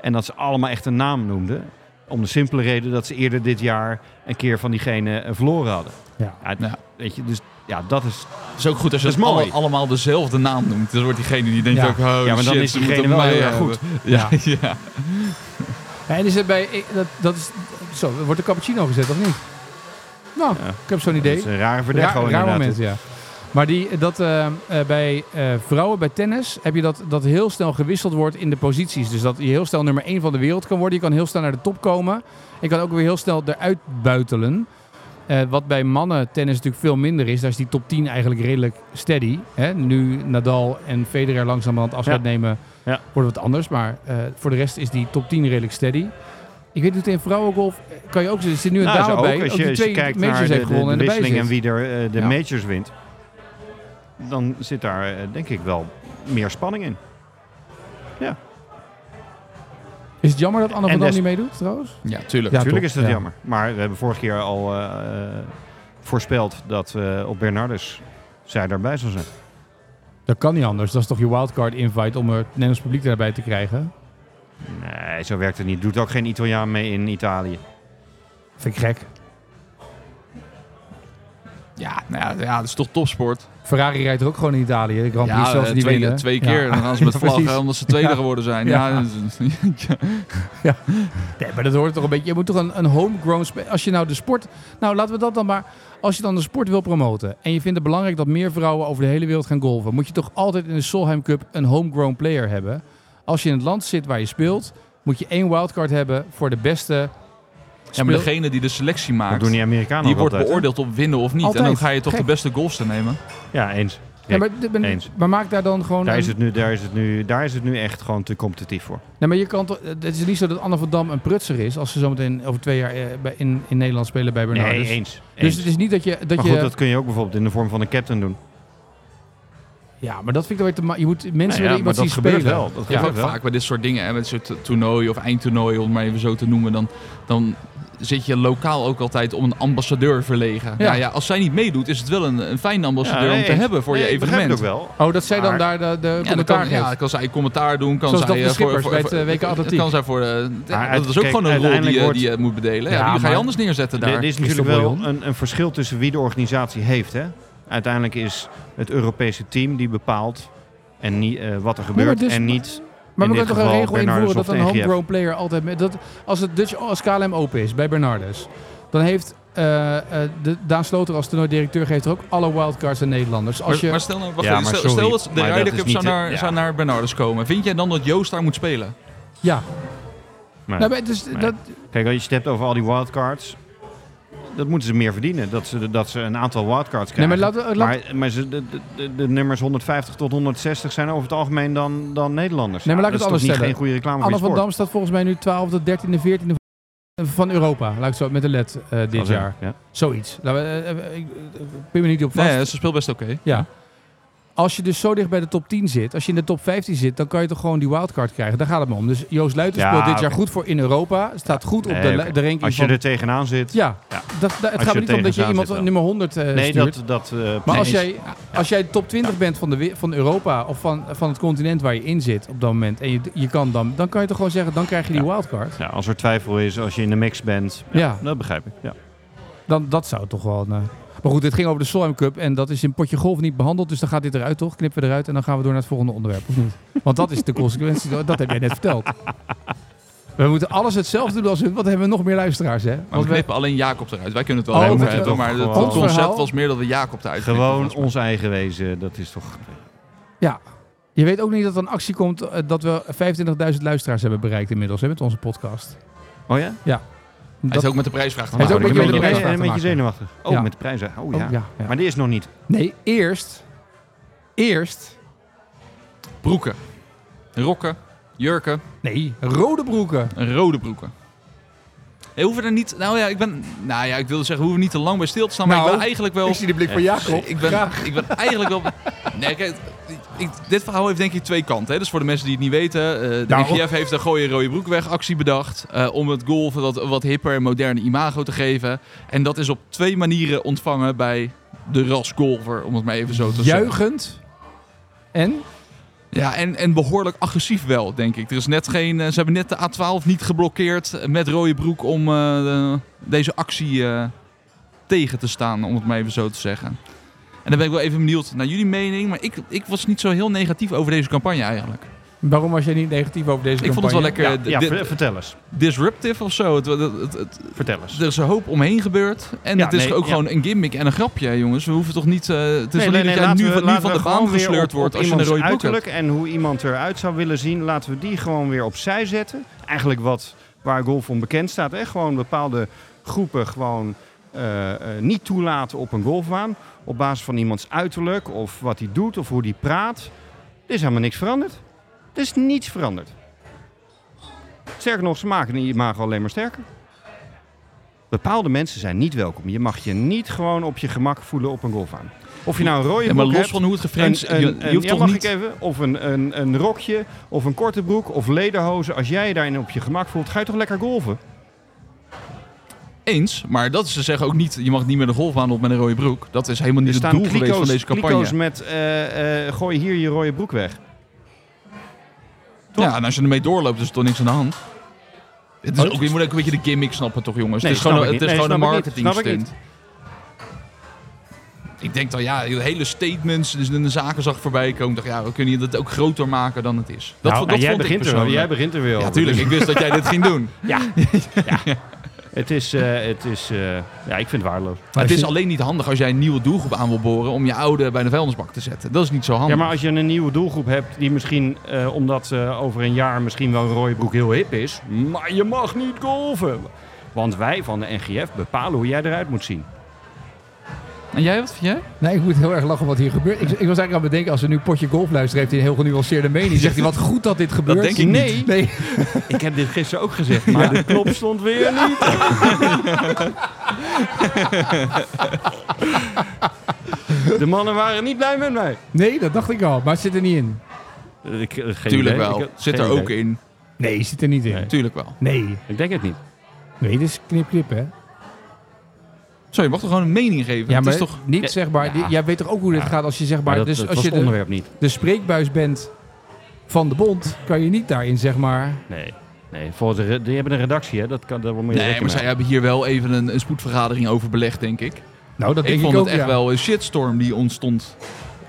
Speaker 3: En dat ze allemaal echt een naam noemden. Om de simpele reden dat ze eerder dit jaar een keer van diegene eh, verloren hadden.
Speaker 1: Ja.
Speaker 2: Ja.
Speaker 3: Weet je, dus ja, dat is
Speaker 2: Het is ook goed als je
Speaker 3: Dat is
Speaker 2: het alle-
Speaker 3: mooi.
Speaker 2: allemaal dezelfde naam noemt. Dan wordt diegene die denkt
Speaker 1: Ja.
Speaker 2: ook, oh
Speaker 3: Ja, maar dan
Speaker 2: shit,
Speaker 3: is
Speaker 2: ze
Speaker 3: diegene
Speaker 2: moeten
Speaker 3: wel
Speaker 2: mij
Speaker 3: heel erg
Speaker 2: hebben.
Speaker 3: goed.
Speaker 2: (laughs) Ja, ja.
Speaker 1: Ja, en is het bij, eh, dat, dat is, zo, wordt de cappuccino gezet of niet? Nou,
Speaker 3: Ja.
Speaker 1: ik heb zo'n idee.
Speaker 3: Dat is een rare verdediging
Speaker 1: raar
Speaker 3: inderdaad.
Speaker 1: moment, ja. Maar die, dat, eh, eh, bij eh, vrouwen, bij tennis, heb je dat, dat heel snel gewisseld wordt in de posities. Dus dat je heel snel nummer 1 van de wereld kan worden. Je kan heel snel naar de top komen. Je kan ook weer heel snel eruit buitelen. Eh, wat bij mannen tennis natuurlijk veel minder is. Daar is die top 10 eigenlijk redelijk steady. Hè? Nu Nadal en Federer langzamerhand afscheid
Speaker 3: Ja.
Speaker 1: nemen,
Speaker 3: Ja.
Speaker 1: wordt wat anders. Maar eh, voor de rest is die top 10 redelijk steady. Ik weet niet, in vrouwengolf eh, kan je ook... Er zit nu een
Speaker 3: Nou,
Speaker 1: dame
Speaker 3: zo
Speaker 1: bij.
Speaker 3: ook, als
Speaker 1: ook
Speaker 3: je,
Speaker 1: die
Speaker 3: als je
Speaker 1: twee
Speaker 3: kijkt
Speaker 1: majors
Speaker 3: naar de,
Speaker 1: heeft
Speaker 3: de,
Speaker 1: gewonnen
Speaker 3: de
Speaker 1: en erbij
Speaker 3: wisseling
Speaker 1: zit.
Speaker 3: en wie er eh, de
Speaker 1: Ja.
Speaker 3: majors wint, dan zit daar eh, denk ik wel meer spanning in.
Speaker 1: Is het jammer dat Anne van
Speaker 3: En
Speaker 1: Dam
Speaker 3: des-
Speaker 1: niet meedoet trouwens?
Speaker 2: Ja, tuurlijk.
Speaker 1: Ja,
Speaker 3: Natuurlijk
Speaker 1: toch,
Speaker 3: is dat
Speaker 1: ja.
Speaker 3: jammer. Maar we hebben vorige keer al eh, eh, voorspeld dat eh, op Bernardus zij daarbij zou zijn.
Speaker 1: Dat kan niet anders. Dat is toch je wildcard invite om er het Nederlands publiek daarbij te krijgen?
Speaker 3: Nee, zo werkt het niet. Doet ook geen Italiaan mee in Italië.
Speaker 1: Vind ik gek.
Speaker 2: Ja, nou ja, ja, dat is toch topsport.
Speaker 1: Ferrari rijdt er ook gewoon in Italië. De Grand Prix
Speaker 2: ja,
Speaker 1: zelfs
Speaker 2: eh,
Speaker 1: die
Speaker 2: twee,
Speaker 1: winnen.
Speaker 2: twee
Speaker 1: (laughs)
Speaker 2: keer.
Speaker 1: Ja.
Speaker 2: Dan gaan ze met
Speaker 1: Precies.
Speaker 2: vlaggen omdat ze tweede
Speaker 1: Ja.
Speaker 2: geworden zijn.
Speaker 1: Ja.
Speaker 2: Ja. (laughs) dat-
Speaker 1: Nee, maar dat hoort toch een beetje. Je moet toch een, een homegrown. spe- Als je nou de sport. Nou, laten we dat dan maar. Als je dan de sport wil promoten. en je vindt het belangrijk dat meer vrouwen over de hele wereld gaan golven. moet je toch altijd in de Solheim Cup een homegrown player hebben. Als je in het land zit waar je speelt. moet je één wildcard hebben voor de beste.
Speaker 2: Ja, maar
Speaker 1: speel-
Speaker 2: degene die de
Speaker 3: Dat
Speaker 2: selectie maakt,
Speaker 3: doen die Amerikanen
Speaker 2: die
Speaker 3: ook
Speaker 2: wordt
Speaker 3: altijd, hè?
Speaker 2: beoordeeld op winnen of niet. En
Speaker 1: Altijd.
Speaker 2: dan ga je toch
Speaker 1: Gek.
Speaker 2: de beste golfster nemen.
Speaker 3: Ja, eens.
Speaker 1: Ja, maar, de- maar,
Speaker 3: Eens.
Speaker 1: maar maak daar dan gewoon.
Speaker 3: Daar
Speaker 1: een-
Speaker 3: is, het nu, daar, is het nu, daar is het nu echt gewoon te competitief voor.
Speaker 1: Nee, Nou, maar je kan toch, het is niet zo dat Anne van Dam een prutser is als ze zometeen over twee jaar eh, bij- in, in Nederland spelen bij
Speaker 3: Nee,
Speaker 1: Bernardus.
Speaker 3: eens.
Speaker 1: dus
Speaker 3: eens.
Speaker 1: het is niet dat je dat
Speaker 3: maar
Speaker 1: je.
Speaker 3: goed, dat kun je ook bijvoorbeeld in de vorm van een captain doen.
Speaker 1: Ja, maar dat vind ik dan weer te ma- Je moet mensen
Speaker 3: Nou ja,
Speaker 1: willen
Speaker 3: maar
Speaker 1: iemand
Speaker 3: dat
Speaker 1: zien
Speaker 3: gebeurt
Speaker 1: spelen.
Speaker 3: wel. Dat
Speaker 2: Ja,
Speaker 3: gebeurt
Speaker 2: ook
Speaker 3: wel.
Speaker 2: vaak bij dit soort dingen, hè, met dit soort toernooien of eindtoernooien, om het maar even zo te noemen, dan, dan zit je lokaal ook altijd om een ambassadeur verlegen.
Speaker 1: Ja.
Speaker 2: Ja. ja, als zij niet meedoet, is het wel een, een fijne ambassadeur om te hebben voor je
Speaker 3: Nee, ik begrijp
Speaker 2: evenement.
Speaker 3: het ook wel.
Speaker 1: Oh, dat zij dan daar
Speaker 3: Maar-
Speaker 1: de, de
Speaker 2: Ja, dan
Speaker 1: commentaar
Speaker 2: kan, ja,
Speaker 1: geeft.
Speaker 2: kan zij commentaar doen, kan
Speaker 1: Zoals
Speaker 2: zij
Speaker 1: dat de
Speaker 2: eh,
Speaker 1: Schippers bij het, eh, WK
Speaker 2: voor-
Speaker 1: atletiek.
Speaker 2: Kan zij voor de, ja,
Speaker 3: Maar
Speaker 2: dat is ook
Speaker 3: kijk,
Speaker 2: gewoon een rol die,
Speaker 3: uiteindelijk
Speaker 2: je-
Speaker 3: wordt-
Speaker 2: die je moet bedelen.
Speaker 1: Ja,
Speaker 2: Ja, die ga je
Speaker 1: maar-
Speaker 2: anders neerzetten daar.
Speaker 3: Er is natuurlijk
Speaker 1: Christophe
Speaker 3: wel
Speaker 1: Bouillon.
Speaker 3: een, een verschil tussen wie de organisatie heeft. Hè? Uiteindelijk is het Europese team die bepaalt en niet, eh, wat er
Speaker 1: maar
Speaker 3: gebeurt
Speaker 1: dus-
Speaker 3: en niet...
Speaker 1: Maar
Speaker 3: in
Speaker 1: we
Speaker 3: dit
Speaker 1: kunnen toch een
Speaker 3: geval
Speaker 1: regel
Speaker 3: Bernardus
Speaker 1: invoeren
Speaker 3: of
Speaker 1: dat een
Speaker 3: TGF.
Speaker 1: homegrown player altijd... Met, dat, als het Dutch als KLM Open is bij Bernardus, dan heeft eh, eh, de, Daan Sloter als toernooidirecteur geeft er ook alle wildcards aan Nederlanders. Als
Speaker 2: Maar,
Speaker 1: je,
Speaker 2: maar stel, nou, wacht
Speaker 3: Ja,
Speaker 2: even,
Speaker 3: maar
Speaker 2: stel, stel
Speaker 3: sorry,
Speaker 2: dat de
Speaker 3: maar dat
Speaker 2: Ryder
Speaker 3: is
Speaker 2: Cup
Speaker 3: niet
Speaker 2: zou
Speaker 3: de-
Speaker 2: naar,
Speaker 3: ja.
Speaker 2: zou naar Bernardus komen. Vind jij dan dat Joost daar moet spelen?
Speaker 1: ja,
Speaker 3: Maar-
Speaker 1: nou, maar het is, dat,
Speaker 3: Kijk, als je het hebt over al die wildcards, dat moeten ze meer verdienen. Dat ze, dat ze een aantal wildcards
Speaker 1: Nee, maar
Speaker 3: krijgen.
Speaker 1: laten we- laten-
Speaker 3: maar, maar ze, de, de- de, de nummers 150 tot 160 zijn over het algemeen dan, dan Nederlanders.
Speaker 1: Nee, maar
Speaker 3: Ja,
Speaker 1: laat ik het
Speaker 3: dat is toch
Speaker 1: anders
Speaker 3: niet
Speaker 1: stellen.
Speaker 3: geen goede reclame
Speaker 1: Anne
Speaker 3: voor
Speaker 1: van
Speaker 3: je sport.
Speaker 1: Dam staat volgens mij nu 12e, 13e, 14e van Europa. Laat ik zo met de led eh, dit
Speaker 3: Dat is-
Speaker 1: jaar.
Speaker 3: Ja.
Speaker 1: Zoiets. Laten we, eh, eh, ik eh, pin me niet op vast.
Speaker 2: Nee, ze speelt best oké.
Speaker 1: Ja. Als je dus zo dicht bij de top 10 zit, als je in de top 15 zit, dan kan je toch gewoon die wildcard krijgen. Daar gaat het me om. Dus Joost Luiten
Speaker 3: Ja,
Speaker 1: speelt dit
Speaker 3: oké.
Speaker 1: jaar goed voor in Europa. Staat goed op
Speaker 3: Nee,
Speaker 1: de,
Speaker 3: oké.
Speaker 1: la- de ranking
Speaker 3: Als je
Speaker 1: van...
Speaker 3: er tegenaan zit...
Speaker 1: Ja,
Speaker 3: Ja.
Speaker 1: Dat, dat- het
Speaker 3: je
Speaker 1: gaat
Speaker 3: er
Speaker 1: me niet om dat je
Speaker 3: tegenaan
Speaker 1: iemand
Speaker 3: zit wel.
Speaker 1: nummer 100 eh,
Speaker 3: nee,
Speaker 1: stuurt.
Speaker 3: dat... dat eh,
Speaker 1: Maar als
Speaker 3: precies.
Speaker 1: jij, als jij top 20 bent van, de, we- van Europa of van, van het continent waar je in zit op dat moment, en je, je kan dan, dan kan je toch gewoon zeggen, dan krijg je die
Speaker 3: Ja.
Speaker 1: wildcard.
Speaker 3: Ja, als er twijfel is, als je in de mix bent,
Speaker 1: Ja,
Speaker 3: dat begrijp ik. Ja.
Speaker 1: dan, dat zou toch wel... nou. Maar goed, dit ging over de Solheim Cup en dat is in potje golf niet behandeld. Dus dan gaat dit eruit toch? Knippen we eruit en dan gaan we door naar het volgende onderwerp, of
Speaker 2: (laughs)
Speaker 1: niet? Want dat is de consequentie, dat heb jij net verteld. We moeten alles hetzelfde doen als hun, want dan hebben we nog meer luisteraars, hè?
Speaker 2: Maar we
Speaker 1: Want we-
Speaker 2: knippen alleen Jacob eruit. Wij kunnen het
Speaker 1: Oh,
Speaker 2: wel over
Speaker 1: moeten we
Speaker 2: hebben,
Speaker 3: toch
Speaker 2: maar het
Speaker 3: gewoon-
Speaker 2: concept
Speaker 1: verhaal?
Speaker 2: was meer dat we Jacob eruit knippen.
Speaker 3: Gewoon
Speaker 2: Dat was-
Speaker 3: ons eigen wezen, dat is toch...
Speaker 1: Je weet ook niet dat er een actie komt eh, dat we 25.000 luisteraars hebben bereikt inmiddels, hè, met onze podcast.
Speaker 3: Oh ja?
Speaker 2: Hij
Speaker 1: Dat-
Speaker 2: is ook met de prijsvraag te
Speaker 1: Hij is
Speaker 2: maken.
Speaker 1: ook
Speaker 3: Ah, ik
Speaker 1: met
Speaker 3: ben
Speaker 1: de
Speaker 3: een beetje-
Speaker 1: prijsvraag te
Speaker 3: een beetje
Speaker 1: maken.
Speaker 3: zenuwachtig. Oh,
Speaker 1: Ja.
Speaker 3: met de prijzen. Oh
Speaker 1: Oh,
Speaker 3: ja.
Speaker 1: ja, ja.
Speaker 3: Maar die is nog niet.
Speaker 1: Nee, eerst... Eerst...
Speaker 2: eh, Broeken. Rokken, jurken,
Speaker 1: Nee, rode broeken.
Speaker 2: en rode broeken. We hoeven er niet... Nou ja, ik ben... Nou ja, ik wilde zeggen, we hoeven niet te lang bij stil te staan. Maar
Speaker 1: Nou,
Speaker 2: ik ben eigenlijk wel...
Speaker 1: Ik zie de blik van Jacob.
Speaker 2: Ik ben, ik ben eigenlijk wel... Nee, kijk, ik, dit verhaal heeft denk ik twee kanten. Hè. Dus voor de mensen die het niet weten... eh, de
Speaker 1: Nou.
Speaker 2: IGF heeft een gooi je rode broek weg actie bedacht... eh, om het golf een wat, wat hipper en moderne imago te geven. En dat is op twee manieren ontvangen bij de rasgolfer, om het maar even zo te zeggen.
Speaker 1: Juichend. En?
Speaker 2: Ja, en, en behoorlijk agressief wel, denk ik. Er is net geen, eh, ze hebben net de A12 niet geblokkeerd eh, met rode broek om eh, de- deze actie eh, tegen te staan, om het maar even zo te zeggen. En dan ben ik wel even benieuwd naar jullie mening, maar ik, ik was niet zo heel negatief over deze campagne eigenlijk.
Speaker 1: Waarom was jij niet negatief over deze
Speaker 2: Ik vond het wel
Speaker 1: campagne?
Speaker 2: lekker
Speaker 3: ja,
Speaker 2: eh,
Speaker 3: ja,
Speaker 2: di-
Speaker 3: ver- vertel eens.
Speaker 2: disruptive of zo. Het, het- het- het-
Speaker 3: Vertel eens.
Speaker 2: er is een hoop omheen gebeurd. En
Speaker 3: Ja,
Speaker 2: het is
Speaker 3: nee,
Speaker 2: ook
Speaker 3: ja.
Speaker 2: gewoon een gimmick en een grapje, hè, jongens. We hoeven toch niet... eh, het is
Speaker 3: Nee,
Speaker 2: wel
Speaker 3: nee,
Speaker 2: niet
Speaker 3: nee,
Speaker 2: dat jij
Speaker 3: laten
Speaker 2: nu,
Speaker 3: we-
Speaker 2: van- nu
Speaker 3: laten
Speaker 2: van
Speaker 3: we
Speaker 2: de
Speaker 3: gewoon
Speaker 2: baan
Speaker 3: weer
Speaker 2: gesleurd
Speaker 3: op- op
Speaker 2: wordt als je een
Speaker 3: iemands
Speaker 2: rode boek hebt.
Speaker 3: uiterlijk en hoe iemand eruit zou willen zien, laten we die gewoon weer opzij zetten. Eigenlijk wat waar golf om bekend staat. Hè? Gewoon bepaalde groepen gewoon eh, eh, niet toelaten op een golfbaan. Op basis van iemands uiterlijk of wat hij doet of hoe hij praat. Er is helemaal niks veranderd. Er is niets veranderd. Sterker nog, ze maken die imago alleen maar sterker. Bepaalde mensen zijn niet welkom. Je mag je niet gewoon op je gemak voelen op een golfbaan. Of je nou een rode
Speaker 2: Ja, maar
Speaker 3: broek
Speaker 2: los
Speaker 3: hebt,
Speaker 2: van hoe het geframed is,
Speaker 3: een,
Speaker 2: je,
Speaker 3: een-
Speaker 2: je hoeft
Speaker 3: ja,
Speaker 2: toch
Speaker 3: mag
Speaker 2: niet...
Speaker 3: ik even? Of een, een, een rokje, of een korte broek, of lederhozen. Als jij je daarin op je gemak voelt, ga je toch lekker golven?
Speaker 2: Eens, maar dat is te zeggen ook niet... Je mag niet meer de golfbaan op met een rode broek. Dat is helemaal
Speaker 3: Er
Speaker 2: niet het
Speaker 3: staan
Speaker 2: doel geweest van deze campagne.
Speaker 3: kliko's met eh, eh, gooi hier je rode broek weg. toch?
Speaker 2: Ja, en als je ermee doorloopt, is er toch niks aan de hand. Het is
Speaker 3: Oh.
Speaker 2: ook, je moet ook een beetje de gimmick snappen, toch, jongens?
Speaker 3: Nee,
Speaker 2: het is gewoon,
Speaker 3: snap ik
Speaker 2: het is
Speaker 3: niet.
Speaker 2: gewoon
Speaker 3: Nee,
Speaker 2: een
Speaker 3: snap ik niet.
Speaker 2: marketing
Speaker 3: Snap ik niet.
Speaker 2: stunt. Ik denk dan, ja, hele statements, dus in de zaken zag voorbij komen. Ik dacht, ja, we kunnen je dat ook groter maken dan het is. Dat,
Speaker 3: Nou,
Speaker 2: vond-
Speaker 3: nou,
Speaker 2: dat
Speaker 3: jij
Speaker 2: vond ik
Speaker 3: begint er wel.
Speaker 2: persoonlijk.
Speaker 3: Jij begint er wel.
Speaker 2: ja, tuurlijk. Ik wist dat jij dit ging
Speaker 3: (laughs)
Speaker 2: doen.
Speaker 3: Het is, eh, het is eh, ja, ik vind het waardeloos.
Speaker 2: Maar het
Speaker 1: Als
Speaker 2: is
Speaker 1: je-
Speaker 2: alleen niet handig als jij een nieuwe doelgroep aan wil boren om je oude bij de vuilnisbak te zetten. Dat is niet zo handig.
Speaker 3: Ja, maar als je een nieuwe doelgroep hebt die misschien, eh, omdat eh, over een jaar misschien wel een rode broek heel hip is, maar je mag niet golven. Want wij van de NGF bepalen hoe jij eruit moet zien.
Speaker 2: En jij, wat vind jij?
Speaker 1: Nee, ik moet heel erg lachen wat hier gebeurt. Ik, ik was eigenlijk aan het bedenken, als er nu Potje Golf luistert, heeft hij een heel genuanceerde mening. Zegt hij, wat goed dat dit gebeurt.
Speaker 2: denk ik
Speaker 1: nee.
Speaker 2: niet.
Speaker 1: Nee,
Speaker 3: Ik heb dit gisteren ook gezegd, maar de knop stond weer niet. De mannen waren niet blij met mij.
Speaker 1: nee, dat dacht ik al. Maar het zit er niet in.
Speaker 3: Ik, eh, geen
Speaker 2: Tuurlijk
Speaker 3: idee.
Speaker 2: wel.
Speaker 3: Ik, eh,
Speaker 2: Zit
Speaker 3: geen
Speaker 2: er
Speaker 3: idee.
Speaker 2: ook in.
Speaker 1: Nee, het zit er niet in.
Speaker 3: Nee.
Speaker 2: Tuurlijk wel.
Speaker 1: Nee,
Speaker 3: Ik denk het niet.
Speaker 1: nee dit is knip-knip, hè?
Speaker 2: Zo, je mag toch gewoon een mening geven?
Speaker 1: Ja,
Speaker 2: het
Speaker 1: maar
Speaker 2: is toch...
Speaker 1: niet zegbaar.
Speaker 2: Ja.
Speaker 1: Di- Jij weet toch ook hoe dit
Speaker 3: Ja.
Speaker 1: gaat als je
Speaker 3: Maar
Speaker 1: zegbaar...
Speaker 3: dat,
Speaker 1: dus
Speaker 3: dat
Speaker 1: als
Speaker 3: was
Speaker 1: je
Speaker 3: het
Speaker 1: de,
Speaker 3: onderwerp niet.
Speaker 1: de spreekbuis bent van de bond, kan je niet daarin, zeg maar...
Speaker 3: Nee. Nee, volgens de, re- die hebben een redactie, hè? Dat kan, daar moet je
Speaker 2: Nee,
Speaker 3: rekening
Speaker 2: maar
Speaker 3: mee
Speaker 2: zij hebben hier wel even een, een spoedvergadering over belegd, denk ik.
Speaker 1: Nou, dat
Speaker 2: ik
Speaker 1: denk
Speaker 2: vond
Speaker 1: ik ook,
Speaker 2: het echt
Speaker 1: ja.
Speaker 2: wel een shitstorm die ontstond.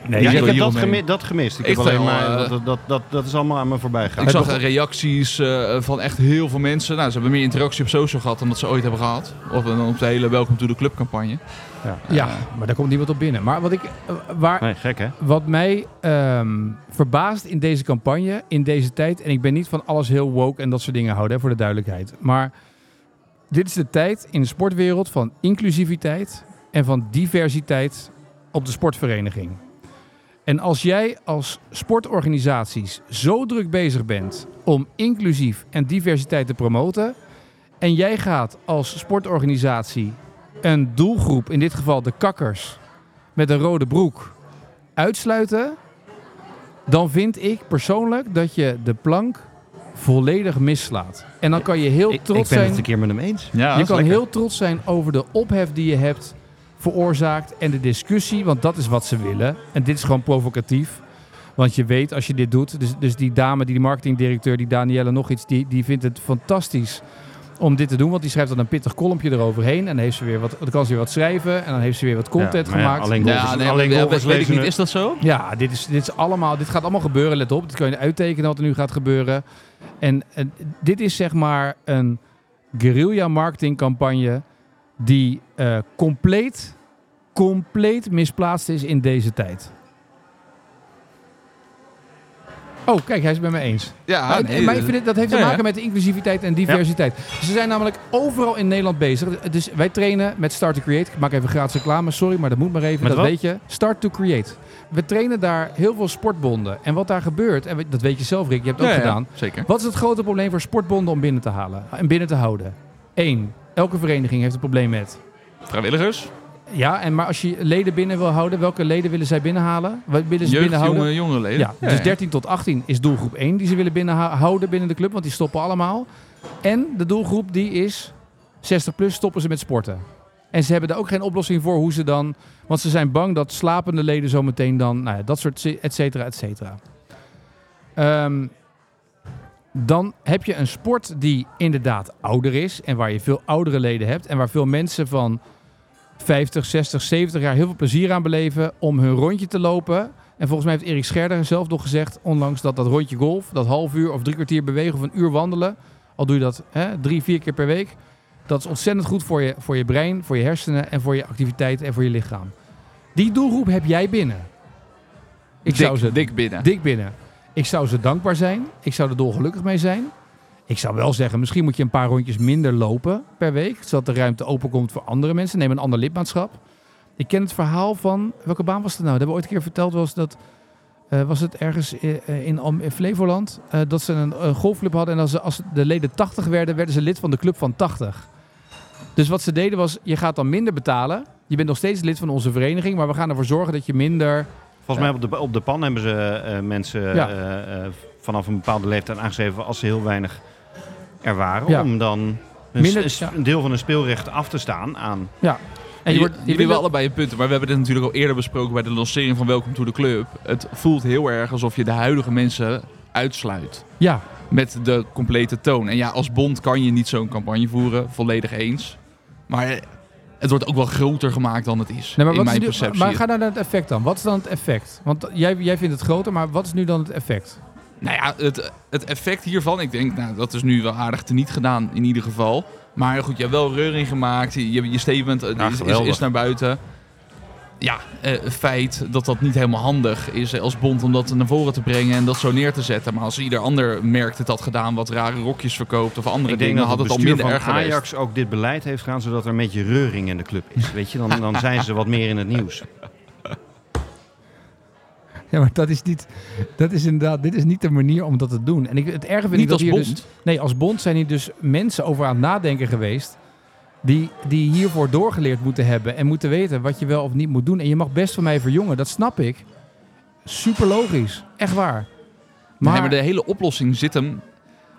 Speaker 1: Nee,
Speaker 3: Ja,
Speaker 2: Ja,
Speaker 3: ik heb dat,
Speaker 2: hieromheen.
Speaker 3: gemi- dat gemist. Ik,
Speaker 2: Ik
Speaker 3: heb alleen
Speaker 2: wel,
Speaker 3: maar,
Speaker 2: eh,
Speaker 3: dat, dat, dat, dat is allemaal aan me voorbij gegaan.
Speaker 2: ik zag
Speaker 1: begon-
Speaker 2: reacties eh, van echt heel veel mensen. Nou, ze hebben meer interactie op social gehad dan dat ze ooit hebben gehad. Of dan op de hele Welcome to the Club campagne.
Speaker 1: Ja, maar daar komt niemand op binnen. Maar wat, ik, eh, waar,
Speaker 3: Nee, gek hè?
Speaker 1: wat mij ehm, verbaast in deze campagne, in deze tijd... en ik ben niet van alles heel woke en dat soort dingen houden, hè, voor de duidelijkheid. Maar dit is de tijd in de sportwereld van inclusiviteit... en van diversiteit op de sportvereniging. En als jij als sportorganisaties zo druk bezig bent... om inclusief en diversiteit te promoten... en jij gaat als sportorganisatie een doelgroep... in dit geval de kakkers met een rode broek uitsluiten, dan vind ik persoonlijk dat je de plank volledig misslaat. En dan kan je heel
Speaker 3: Ik,
Speaker 1: trots
Speaker 3: ik ben
Speaker 1: zijn.
Speaker 3: het een keer met hem eens.
Speaker 2: Ja,
Speaker 1: je kan heel trots zijn over de ophef die je hebt veroorzaakt en de discussie, want dat is wat ze willen. En dit is gewoon provocatief. Want je weet als je dit doet, dus, dus die dame, die, die marketingdirecteur, die Danielle nog iets, die, die vindt het fantastisch om dit te doen. Want die schrijft dan een pittig kolompje eroverheen. En dan, heeft ze weer wat, dan kan ze weer wat schrijven en dan heeft ze weer wat content
Speaker 3: Ja, maar ja,
Speaker 1: gemaakt.
Speaker 3: alleen
Speaker 2: Ja,
Speaker 3: golfers,
Speaker 2: nee, maar
Speaker 3: alleen
Speaker 2: ja,
Speaker 3: golfers
Speaker 2: weet ik
Speaker 3: lezen
Speaker 2: niet.
Speaker 3: het.
Speaker 2: Is dat zo?
Speaker 1: Ja, dit, is, dit, is allemaal, dit gaat allemaal gebeuren, let op. Dit kan je uittekenen wat er nu gaat gebeuren. En, eh, dit is zeg maar een guerrilla marketingcampagne die eh, compleet, compleet misplaatst is in deze tijd. Oh, kijk, hij is het met me eens.
Speaker 2: Ja,
Speaker 1: Maar-
Speaker 2: Ah, nee, eh,
Speaker 1: maar ik vind het- dat heeft te
Speaker 2: Ja, ja.
Speaker 1: maken met de inclusiviteit en diversiteit. Ze zijn namelijk overal in Nederland bezig. Dus wij trainen met Start to Create. Ik maak even gratis reclame, sorry, maar dat moet maar even.
Speaker 3: Met
Speaker 1: dat
Speaker 3: wat?
Speaker 1: weet je. Start to Create. We trainen daar heel veel sportbonden. En wat daar gebeurt, en we- dat weet je zelf, Rick, je hebt het
Speaker 2: Ja,
Speaker 1: ook
Speaker 2: ja,
Speaker 1: gedaan.
Speaker 2: Zeker.
Speaker 1: Wat is het grote probleem voor sportbonden om binnen te halen en binnen te houden? Eén, elke vereniging heeft een probleem met.
Speaker 2: Vrijwilligers,
Speaker 1: Ja, en maar als je leden binnen wil houden, welke leden willen zij binnenhalen? Wat willen ze
Speaker 2: jeugd,
Speaker 1: binnenhouden?
Speaker 2: jonge, jonge leden.
Speaker 1: Ja, dus 13 tot 18 is doelgroep 1 die ze willen binnenhouden binnen de club, want die stoppen allemaal. En de doelgroep die is 60 plus stoppen ze met sporten. En ze hebben daar ook geen oplossing voor hoe ze dan... Want ze zijn bang dat slapende leden zometeen dan... Nou ja, dat soort zi- et cetera, et cetera. Ehm, dan heb je een sport die inderdaad ouder is... en waar je veel oudere leden hebt... en waar veel mensen van 50, 60, 70 jaar heel veel plezier aan beleven... om hun rondje te lopen En volgens mij heeft Erik Scherder zelf nog gezegd, onlangs dat dat rondje golf, dat half uur of drie kwartier bewegen of een uur wandelen, al doe je dat hè, drie, vier keer per week, dat is ontzettend goed voor je, voor je brein, voor je hersenen en voor je activiteit en voor je lichaam. Die doelgroep heb jij binnen. Ik
Speaker 2: dik,
Speaker 1: zou ze
Speaker 2: dik binnen.
Speaker 1: dik binnen. Ik zou ze dankbaar zijn. Ik zou er dolgelukkig mee zijn. Ik zou wel zeggen, misschien moet je een paar rondjes minder lopen per week. Zodat de ruimte openkomt voor andere mensen. Neem een ander lidmaatschap. Ik ken het verhaal van... Welke baan was het nou? Dat hebben we ooit een keer verteld. Was, dat, eh, was het ergens i- eh, in, Am- in Flevoland? eh, dat ze een, een golfclub hadden. En als, ze- als de leden 80 werden, werden ze lid van de club van 80. Dus wat ze deden was, je gaat dan minder betalen. Je bent nog steeds lid van onze vereniging. Maar we gaan ervoor zorgen dat je minder...
Speaker 3: Volgens mij op de, op de pan hebben ze eh, mensen
Speaker 1: Ja.
Speaker 3: eh, eh, vanaf een bepaalde leeftijd aangegeven als ze heel weinig er waren.
Speaker 1: Ja.
Speaker 3: Om dan een,
Speaker 1: Minder-
Speaker 3: s-
Speaker 1: ja.
Speaker 3: een deel van hun speelrecht af te staan aan...
Speaker 1: En je wordt, je
Speaker 2: jullie
Speaker 1: bent
Speaker 2: hebben
Speaker 1: wel-
Speaker 2: allebei je punten, maar we hebben dit natuurlijk al eerder besproken bij de lancering van Welcome to the Club. Het voelt heel erg alsof je de huidige mensen uitsluit
Speaker 1: Ja,
Speaker 2: met de complete toon. En ja, als bond kan je niet zo'n campagne voeren, volledig eens. Maar eh, het wordt ook wel groter gemaakt dan het is,
Speaker 1: Nee, maar
Speaker 2: in
Speaker 1: wat
Speaker 2: mijn
Speaker 1: is nu,
Speaker 2: perceptie.
Speaker 1: Maar ga nou naar het effect dan. Wat is dan het effect? Want jij, jij vindt het groter, maar wat is nu dan het effect?
Speaker 2: Nou ja, het, het effect hiervan, ik denk, nou, dat is nu wel aardig teniet gedaan in ieder geval. Maar goed, je hebt wel reuring gemaakt, je, je statement eh,
Speaker 3: Ja,
Speaker 2: is, is,
Speaker 3: geweldig.
Speaker 2: is naar buiten. Ja, eh, het feit dat dat niet helemaal handig is eh, als bond om dat naar voren te brengen en dat zo neer te zetten. Maar als ieder ander merkt het had gedaan wat rare rokjes verkoopt of andere
Speaker 3: Ik denk
Speaker 2: dingen,
Speaker 3: dat het
Speaker 2: had het al
Speaker 3: bestuur
Speaker 2: minder
Speaker 3: van
Speaker 2: erg geweest.
Speaker 3: Ajax ook dit beleid heeft gedaan, zodat er een beetje reuring in de club is. Weet je, dan, dan
Speaker 1: (laughs)
Speaker 3: zijn ze wat meer in het nieuws.
Speaker 1: Ja, maar dat is niet. Dat is inderdaad. Dit is niet de manier om dat te doen. En ik, het erge vind ik
Speaker 2: Niet
Speaker 1: dat
Speaker 2: als
Speaker 1: hier
Speaker 2: bond.
Speaker 1: dus. Nee, als bond zijn hier dus mensen over aan het nadenken geweest. Die, die hiervoor doorgeleerd moeten hebben. En moeten weten wat je wel of niet moet doen. En je mag best van mij verjongen, dat snap ik. Super logisch. Echt waar.
Speaker 2: Maar... maar de hele oplossing zit hem.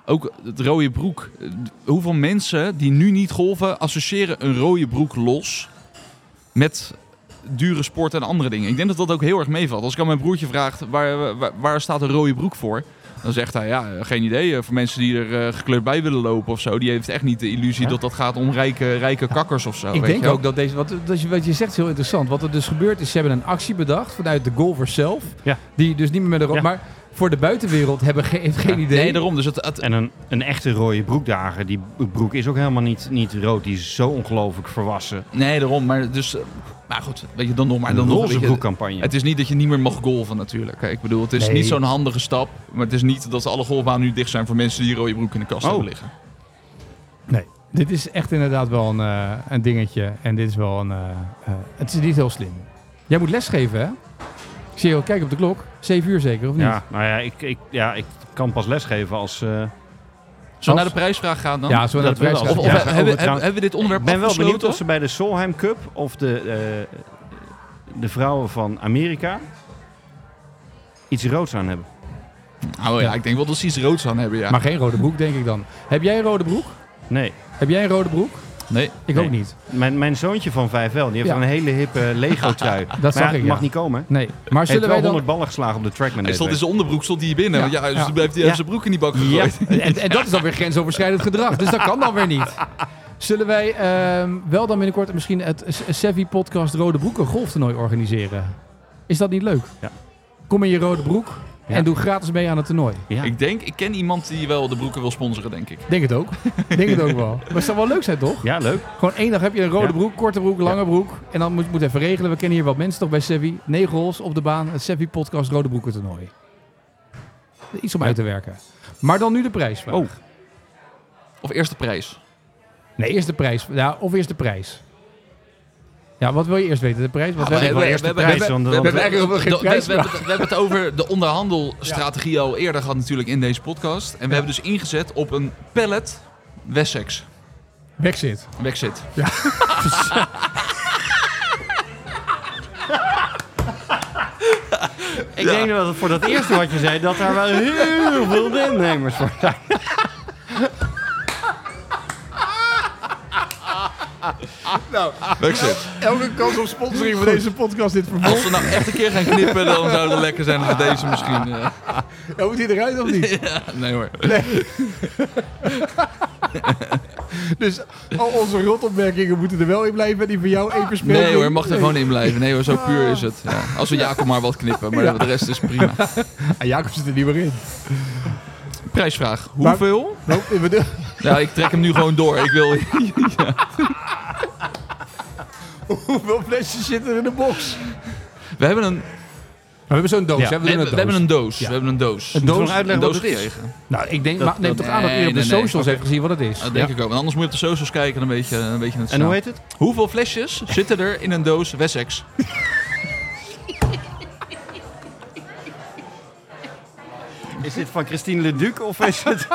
Speaker 2: Ook het rode broek. Eh, Hoeveel mensen die nu niet golven, associëren een rode broek los met dure sport en andere dingen. Ik denk dat dat ook heel erg meevalt. Als ik aan mijn broertje vraag, waar, waar, waar staat een rode broek voor? Dan zegt hij, ja, eh, geen idee. Eh, Voor mensen die er eh, gekleurd bij willen lopen of zo. Die heeft echt niet de illusie
Speaker 3: Ja.
Speaker 2: dat dat gaat om rijke, rijke kakkers of zo.
Speaker 1: Ik
Speaker 2: Oh, weet
Speaker 1: denk
Speaker 2: je wel.
Speaker 1: ook dat deze. Wat, dat je, wat je zegt is heel interessant. Wat er dus gebeurt is, ze hebben een actie bedacht vanuit de golfers zelf.
Speaker 3: Ja.
Speaker 1: Die dus niet meer met een ro-
Speaker 3: Ja.
Speaker 1: Maar voor de buitenwereld hebben ge- heeft geen idee.
Speaker 2: Nee, daarom. Dus het, het,
Speaker 3: En een, een echte rode broekdager, die broek is ook helemaal niet, niet rood. Die is zo ongelooflijk verwassen.
Speaker 2: nee, daarom. Maar, dus, eh, maar goed, weet je, dan nog maar.
Speaker 3: Een
Speaker 2: Dan nog, weet
Speaker 3: roze
Speaker 2: je,
Speaker 3: broekcampagne.
Speaker 2: Het is niet dat je niet meer mag golven natuurlijk. Ik bedoel, het is
Speaker 1: Nee.
Speaker 2: niet zo'n handige stap. Maar het is niet dat alle golfbanen nu dicht zijn voor mensen die rode broek in de kast
Speaker 3: Oh.
Speaker 2: hebben liggen.
Speaker 1: Nee. Dit is echt inderdaad wel een, eh, een dingetje. En dit is wel een. eh, eh, het is niet heel slim. Jij moet lesgeven, hè? Ik zie je al kijken op de klok. 7 uur zeker, of niet?
Speaker 3: Ja, nou ja ik, ik, ja, ik kan pas lesgeven als... eh,
Speaker 2: Zullen we
Speaker 1: Als-
Speaker 2: naar de prijsvraag gaan dan?
Speaker 1: Ja, zo naar de
Speaker 3: Dat wil
Speaker 1: prijs
Speaker 3: als-
Speaker 2: Of, of
Speaker 3: Ja,
Speaker 2: hebben-
Speaker 3: over
Speaker 2: hebben,
Speaker 3: het raam.
Speaker 2: hebben we dit onderwerp
Speaker 3: Ik ben wel benieuwd
Speaker 2: afgesloten?
Speaker 3: of ze bij de Solheim Cup of de, eh, de vrouwen van Amerika iets roods aan hebben.
Speaker 2: Nou ja, ik denk wel dat ze iets roods aan hebben, ja.
Speaker 1: Maar geen rode broek, denk ik dan. Heb jij een rode broek?
Speaker 3: Nee,
Speaker 1: Heb jij een rode broek?
Speaker 2: nee.
Speaker 1: Ik
Speaker 3: Nee.
Speaker 1: ook niet.
Speaker 3: mijn, mijn zoontje van vijf wel. Die heeft
Speaker 1: Ja.
Speaker 3: een hele
Speaker 1: (laughs)
Speaker 3: hippe Lego-trui. maar
Speaker 1: Dat zag
Speaker 3: ja,
Speaker 1: ik.
Speaker 3: mag
Speaker 1: ja.
Speaker 3: niet komen. hè?
Speaker 1: Nee. Maar
Speaker 3: Hij heeft
Speaker 1: zullen
Speaker 3: wel
Speaker 1: wij dan.
Speaker 3: 100 ballen geslagen op de Trackman.
Speaker 2: Hij
Speaker 3: deze
Speaker 2: stond in
Speaker 3: week.
Speaker 2: zijn onderbroek, stond hij hier
Speaker 1: Ja.
Speaker 2: binnen. Want Ja, dus
Speaker 1: Ja.
Speaker 2: dan heeft hij
Speaker 3: Ja.
Speaker 2: heeft zijn broek in die bak gegooid.
Speaker 1: En, en dat is dan weer grensoverschrijdend gedrag. Dus dat kan dan weer niet. Zullen wij ehm, wel dan binnenkort misschien het Sevi Podcast Rode Broeken golftoernooi organiseren? Is dat niet leuk?
Speaker 3: Ja.
Speaker 1: Kom in je rode broek
Speaker 3: Ja.
Speaker 1: en doe gratis mee aan het toernooi.
Speaker 3: Ja.
Speaker 2: Ik denk, ik ken iemand die wel de broeken wil sponsoren, denk ik.
Speaker 1: Denk het ook. (laughs) Denk het ook wel. Maar het zou wel leuk zijn, toch?
Speaker 3: ja, leuk.
Speaker 1: Gewoon één dag heb je een rode
Speaker 3: Ja.
Speaker 1: broek, korte broek, lange broek. En dan moet, moet even regelen. We kennen hier wat mensen toch bij Sevi. Negen holes op de baan. Het Sevi Podcast Rode Broeken toernooi. Iets om uit te werken. Maar dan nu de prijs.
Speaker 3: Oh.
Speaker 2: Of eerste prijs.
Speaker 1: Nee, eerst de prijs. Ja, of eerst de prijs. Ja, wat wil je eerst weten? De eh, prijs? Wat wil
Speaker 2: Ja, maar
Speaker 1: je-
Speaker 2: we- we-
Speaker 3: eerst de
Speaker 2: we-
Speaker 3: prijs,
Speaker 2: we-
Speaker 3: want
Speaker 2: we-
Speaker 3: dan-
Speaker 2: we- we- we- we-
Speaker 1: hebben
Speaker 2: we-
Speaker 1: geen
Speaker 2: we-
Speaker 1: prijs
Speaker 2: we- we- we- we hebben het over de onderhandelstrategie al eerder gehad natuurlijk in deze podcast. En we hebben dus ingezet op een pallet Wessex.
Speaker 1: Brexit.
Speaker 2: Wexit.
Speaker 3: Ik denk dat het voor dat eerste wat je zei, dat daar wel heel veel deelnemers voor zijn.
Speaker 2: Wexit.
Speaker 4: Nou, Elke kans op sponsoring
Speaker 1: Voor deze podcast dit
Speaker 2: (laughs)
Speaker 1: vervolg.
Speaker 2: Als we nou echt een keer gaan knippen, dan zou het lekker zijn als we deze misschien... eh,
Speaker 1: moet hij eruit of niet?
Speaker 2: nee hoor.
Speaker 1: Dus al onze rotopmerkingen moeten er wel in blijven. En die van jou even spelen.
Speaker 2: Ah. Nee hoor, mag er gewoon in blijven. Nee hoor, zo puur is het. Ja. Als we Jacob maar wat knippen, maar de rest is prima.
Speaker 1: Ah, Jacob zit er niet meer in.
Speaker 2: Prijsvraag.
Speaker 1: Maar-
Speaker 2: Hoeveel?
Speaker 1: Nope, ik
Speaker 2: (laughs)
Speaker 1: bedoel-
Speaker 2: Ja, ik trek hem nu gewoon door. Ik wil... (laughs)
Speaker 1: Hoeveel flesjes zitten er in de box?
Speaker 2: We hebben een,
Speaker 1: We hebben zo'n doos.
Speaker 3: Ja,
Speaker 1: hè? We,
Speaker 2: we
Speaker 1: doen
Speaker 2: hebben,
Speaker 1: een
Speaker 2: we hebben
Speaker 1: doos.
Speaker 2: een doos.
Speaker 1: Ja.
Speaker 2: We hebben een doos.
Speaker 1: Een doos?
Speaker 2: Een
Speaker 4: uitleggen
Speaker 2: doos
Speaker 4: wat het is?
Speaker 2: gekregen.
Speaker 1: Nou, ik denk, maar neem
Speaker 4: dat-
Speaker 1: toch aan dat
Speaker 2: nee,
Speaker 1: iedereen op de
Speaker 2: nee, nee.
Speaker 1: socials heeft gezien wat het is.
Speaker 2: Dat denk ik ook. Want anders moet je op de socials kijken en dan weet je, dan weet je het
Speaker 4: En
Speaker 2: snel.
Speaker 4: hoe heet het?
Speaker 2: Hoeveel flesjes zitten er in een doos Wessex?
Speaker 4: Is dit van Christine Leduc of is het...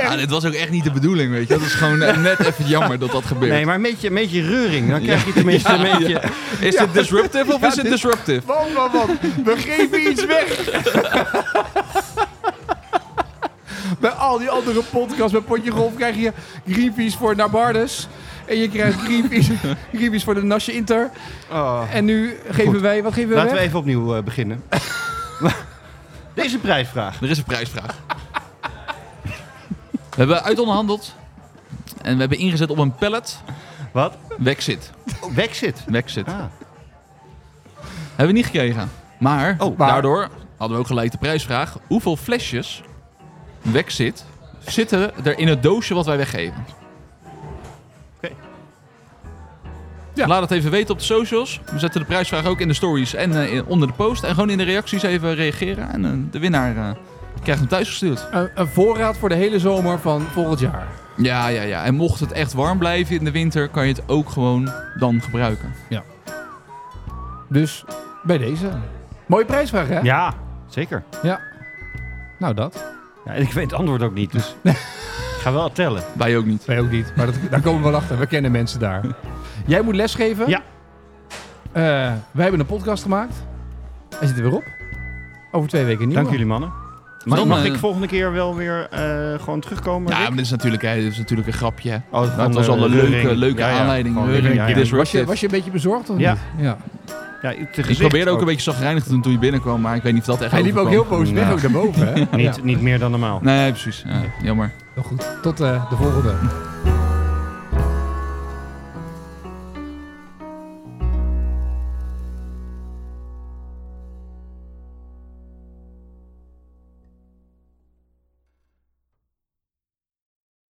Speaker 2: Ja, dit was ook echt niet de bedoeling, weet je. Dat is gewoon eh, net even jammer dat dat gebeurt.
Speaker 4: (laughs) Nee, maar een beetje, een beetje reuring. Dan krijg je tenminste een beetje...
Speaker 2: Is dit disruptive of is het disruptive?
Speaker 1: Man, man, man. We geven iets weg. Bij al die andere podcasts met Potje Golf krijg je Greenpeace voor Nabardes. En je krijgt Greenpeace, Greenpeace voor de Nasje Inter.
Speaker 4: Oh.
Speaker 1: En nu geven wij... Wat geven wij
Speaker 4: Laten we
Speaker 1: weg?
Speaker 4: even opnieuw eh, beginnen. (laughs) Deze prijsvraag.
Speaker 2: Er is een prijsvraag. We hebben uitonderhandeld. En we hebben ingezet op een pallet.
Speaker 4: Wat?
Speaker 2: Wexit.
Speaker 4: Wexit.
Speaker 2: Wexit.
Speaker 4: Ah.
Speaker 2: Hebben we niet gekregen. Maar,
Speaker 4: Oh,
Speaker 1: maar-
Speaker 2: daardoor hadden we ook gelijk de prijsvraag. Hoeveel flesjes Wexit zitten er in het doosje wat wij weggeven?
Speaker 4: Oké.
Speaker 1: Ja.
Speaker 2: Laat het even weten op de socials. We zetten de prijsvraag ook in de stories en eh, in- onder de post. En gewoon in de reacties even reageren. En eh, de winnaar eh, krijgt hem thuisgestuurd.
Speaker 1: Een, een voorraad voor de hele zomer van volgend jaar.
Speaker 2: Ja, ja, ja. En mocht het echt warm blijven in de winter, kan je het ook gewoon dan gebruiken.
Speaker 1: Dus bij deze. Mooie prijsvraag, hè?
Speaker 3: Ja.
Speaker 4: Zeker.
Speaker 1: Nou, dat.
Speaker 4: Ja, en ik weet het antwoord ook niet, dus... Ik ga wel tellen.
Speaker 2: Wij ook niet.
Speaker 1: Wij ook niet. Maar dat, daar komen we wel achter. We kennen mensen daar. Jij moet lesgeven.
Speaker 4: Ja.
Speaker 1: Eh, wij hebben een podcast gemaakt. Hij zit er weer op. Over twee weken niet.
Speaker 4: Dank jullie mannen.
Speaker 2: Dan,
Speaker 4: mag
Speaker 2: eh,
Speaker 4: ik volgende keer wel weer eh, gewoon terugkomen?
Speaker 2: Ja,
Speaker 4: Rick?
Speaker 2: maar dit is natuurlijk, hè, dit is natuurlijk een grapje. hè.
Speaker 4: Oh,
Speaker 2: Maar Nou, het was al een leuke, leuke aanleiding. Reuring,
Speaker 4: ja,
Speaker 1: Was
Speaker 4: ja.
Speaker 1: je,
Speaker 2: disruptive.
Speaker 1: was je een beetje bezorgd of
Speaker 4: Ja.
Speaker 1: niet? Ja.
Speaker 2: Ik probeerde ook een beetje zagrijnig te doen toen je binnenkwam, maar ik weet niet of dat echt
Speaker 1: Hij liep ook heel
Speaker 2: overkwam.
Speaker 1: boos weg,
Speaker 4: Nou.
Speaker 1: ook naar boven. Hè?
Speaker 4: Niet, niet meer dan normaal.
Speaker 2: Nee, precies. Ja, jammer.
Speaker 1: Nou goed, tot eh, de volgende.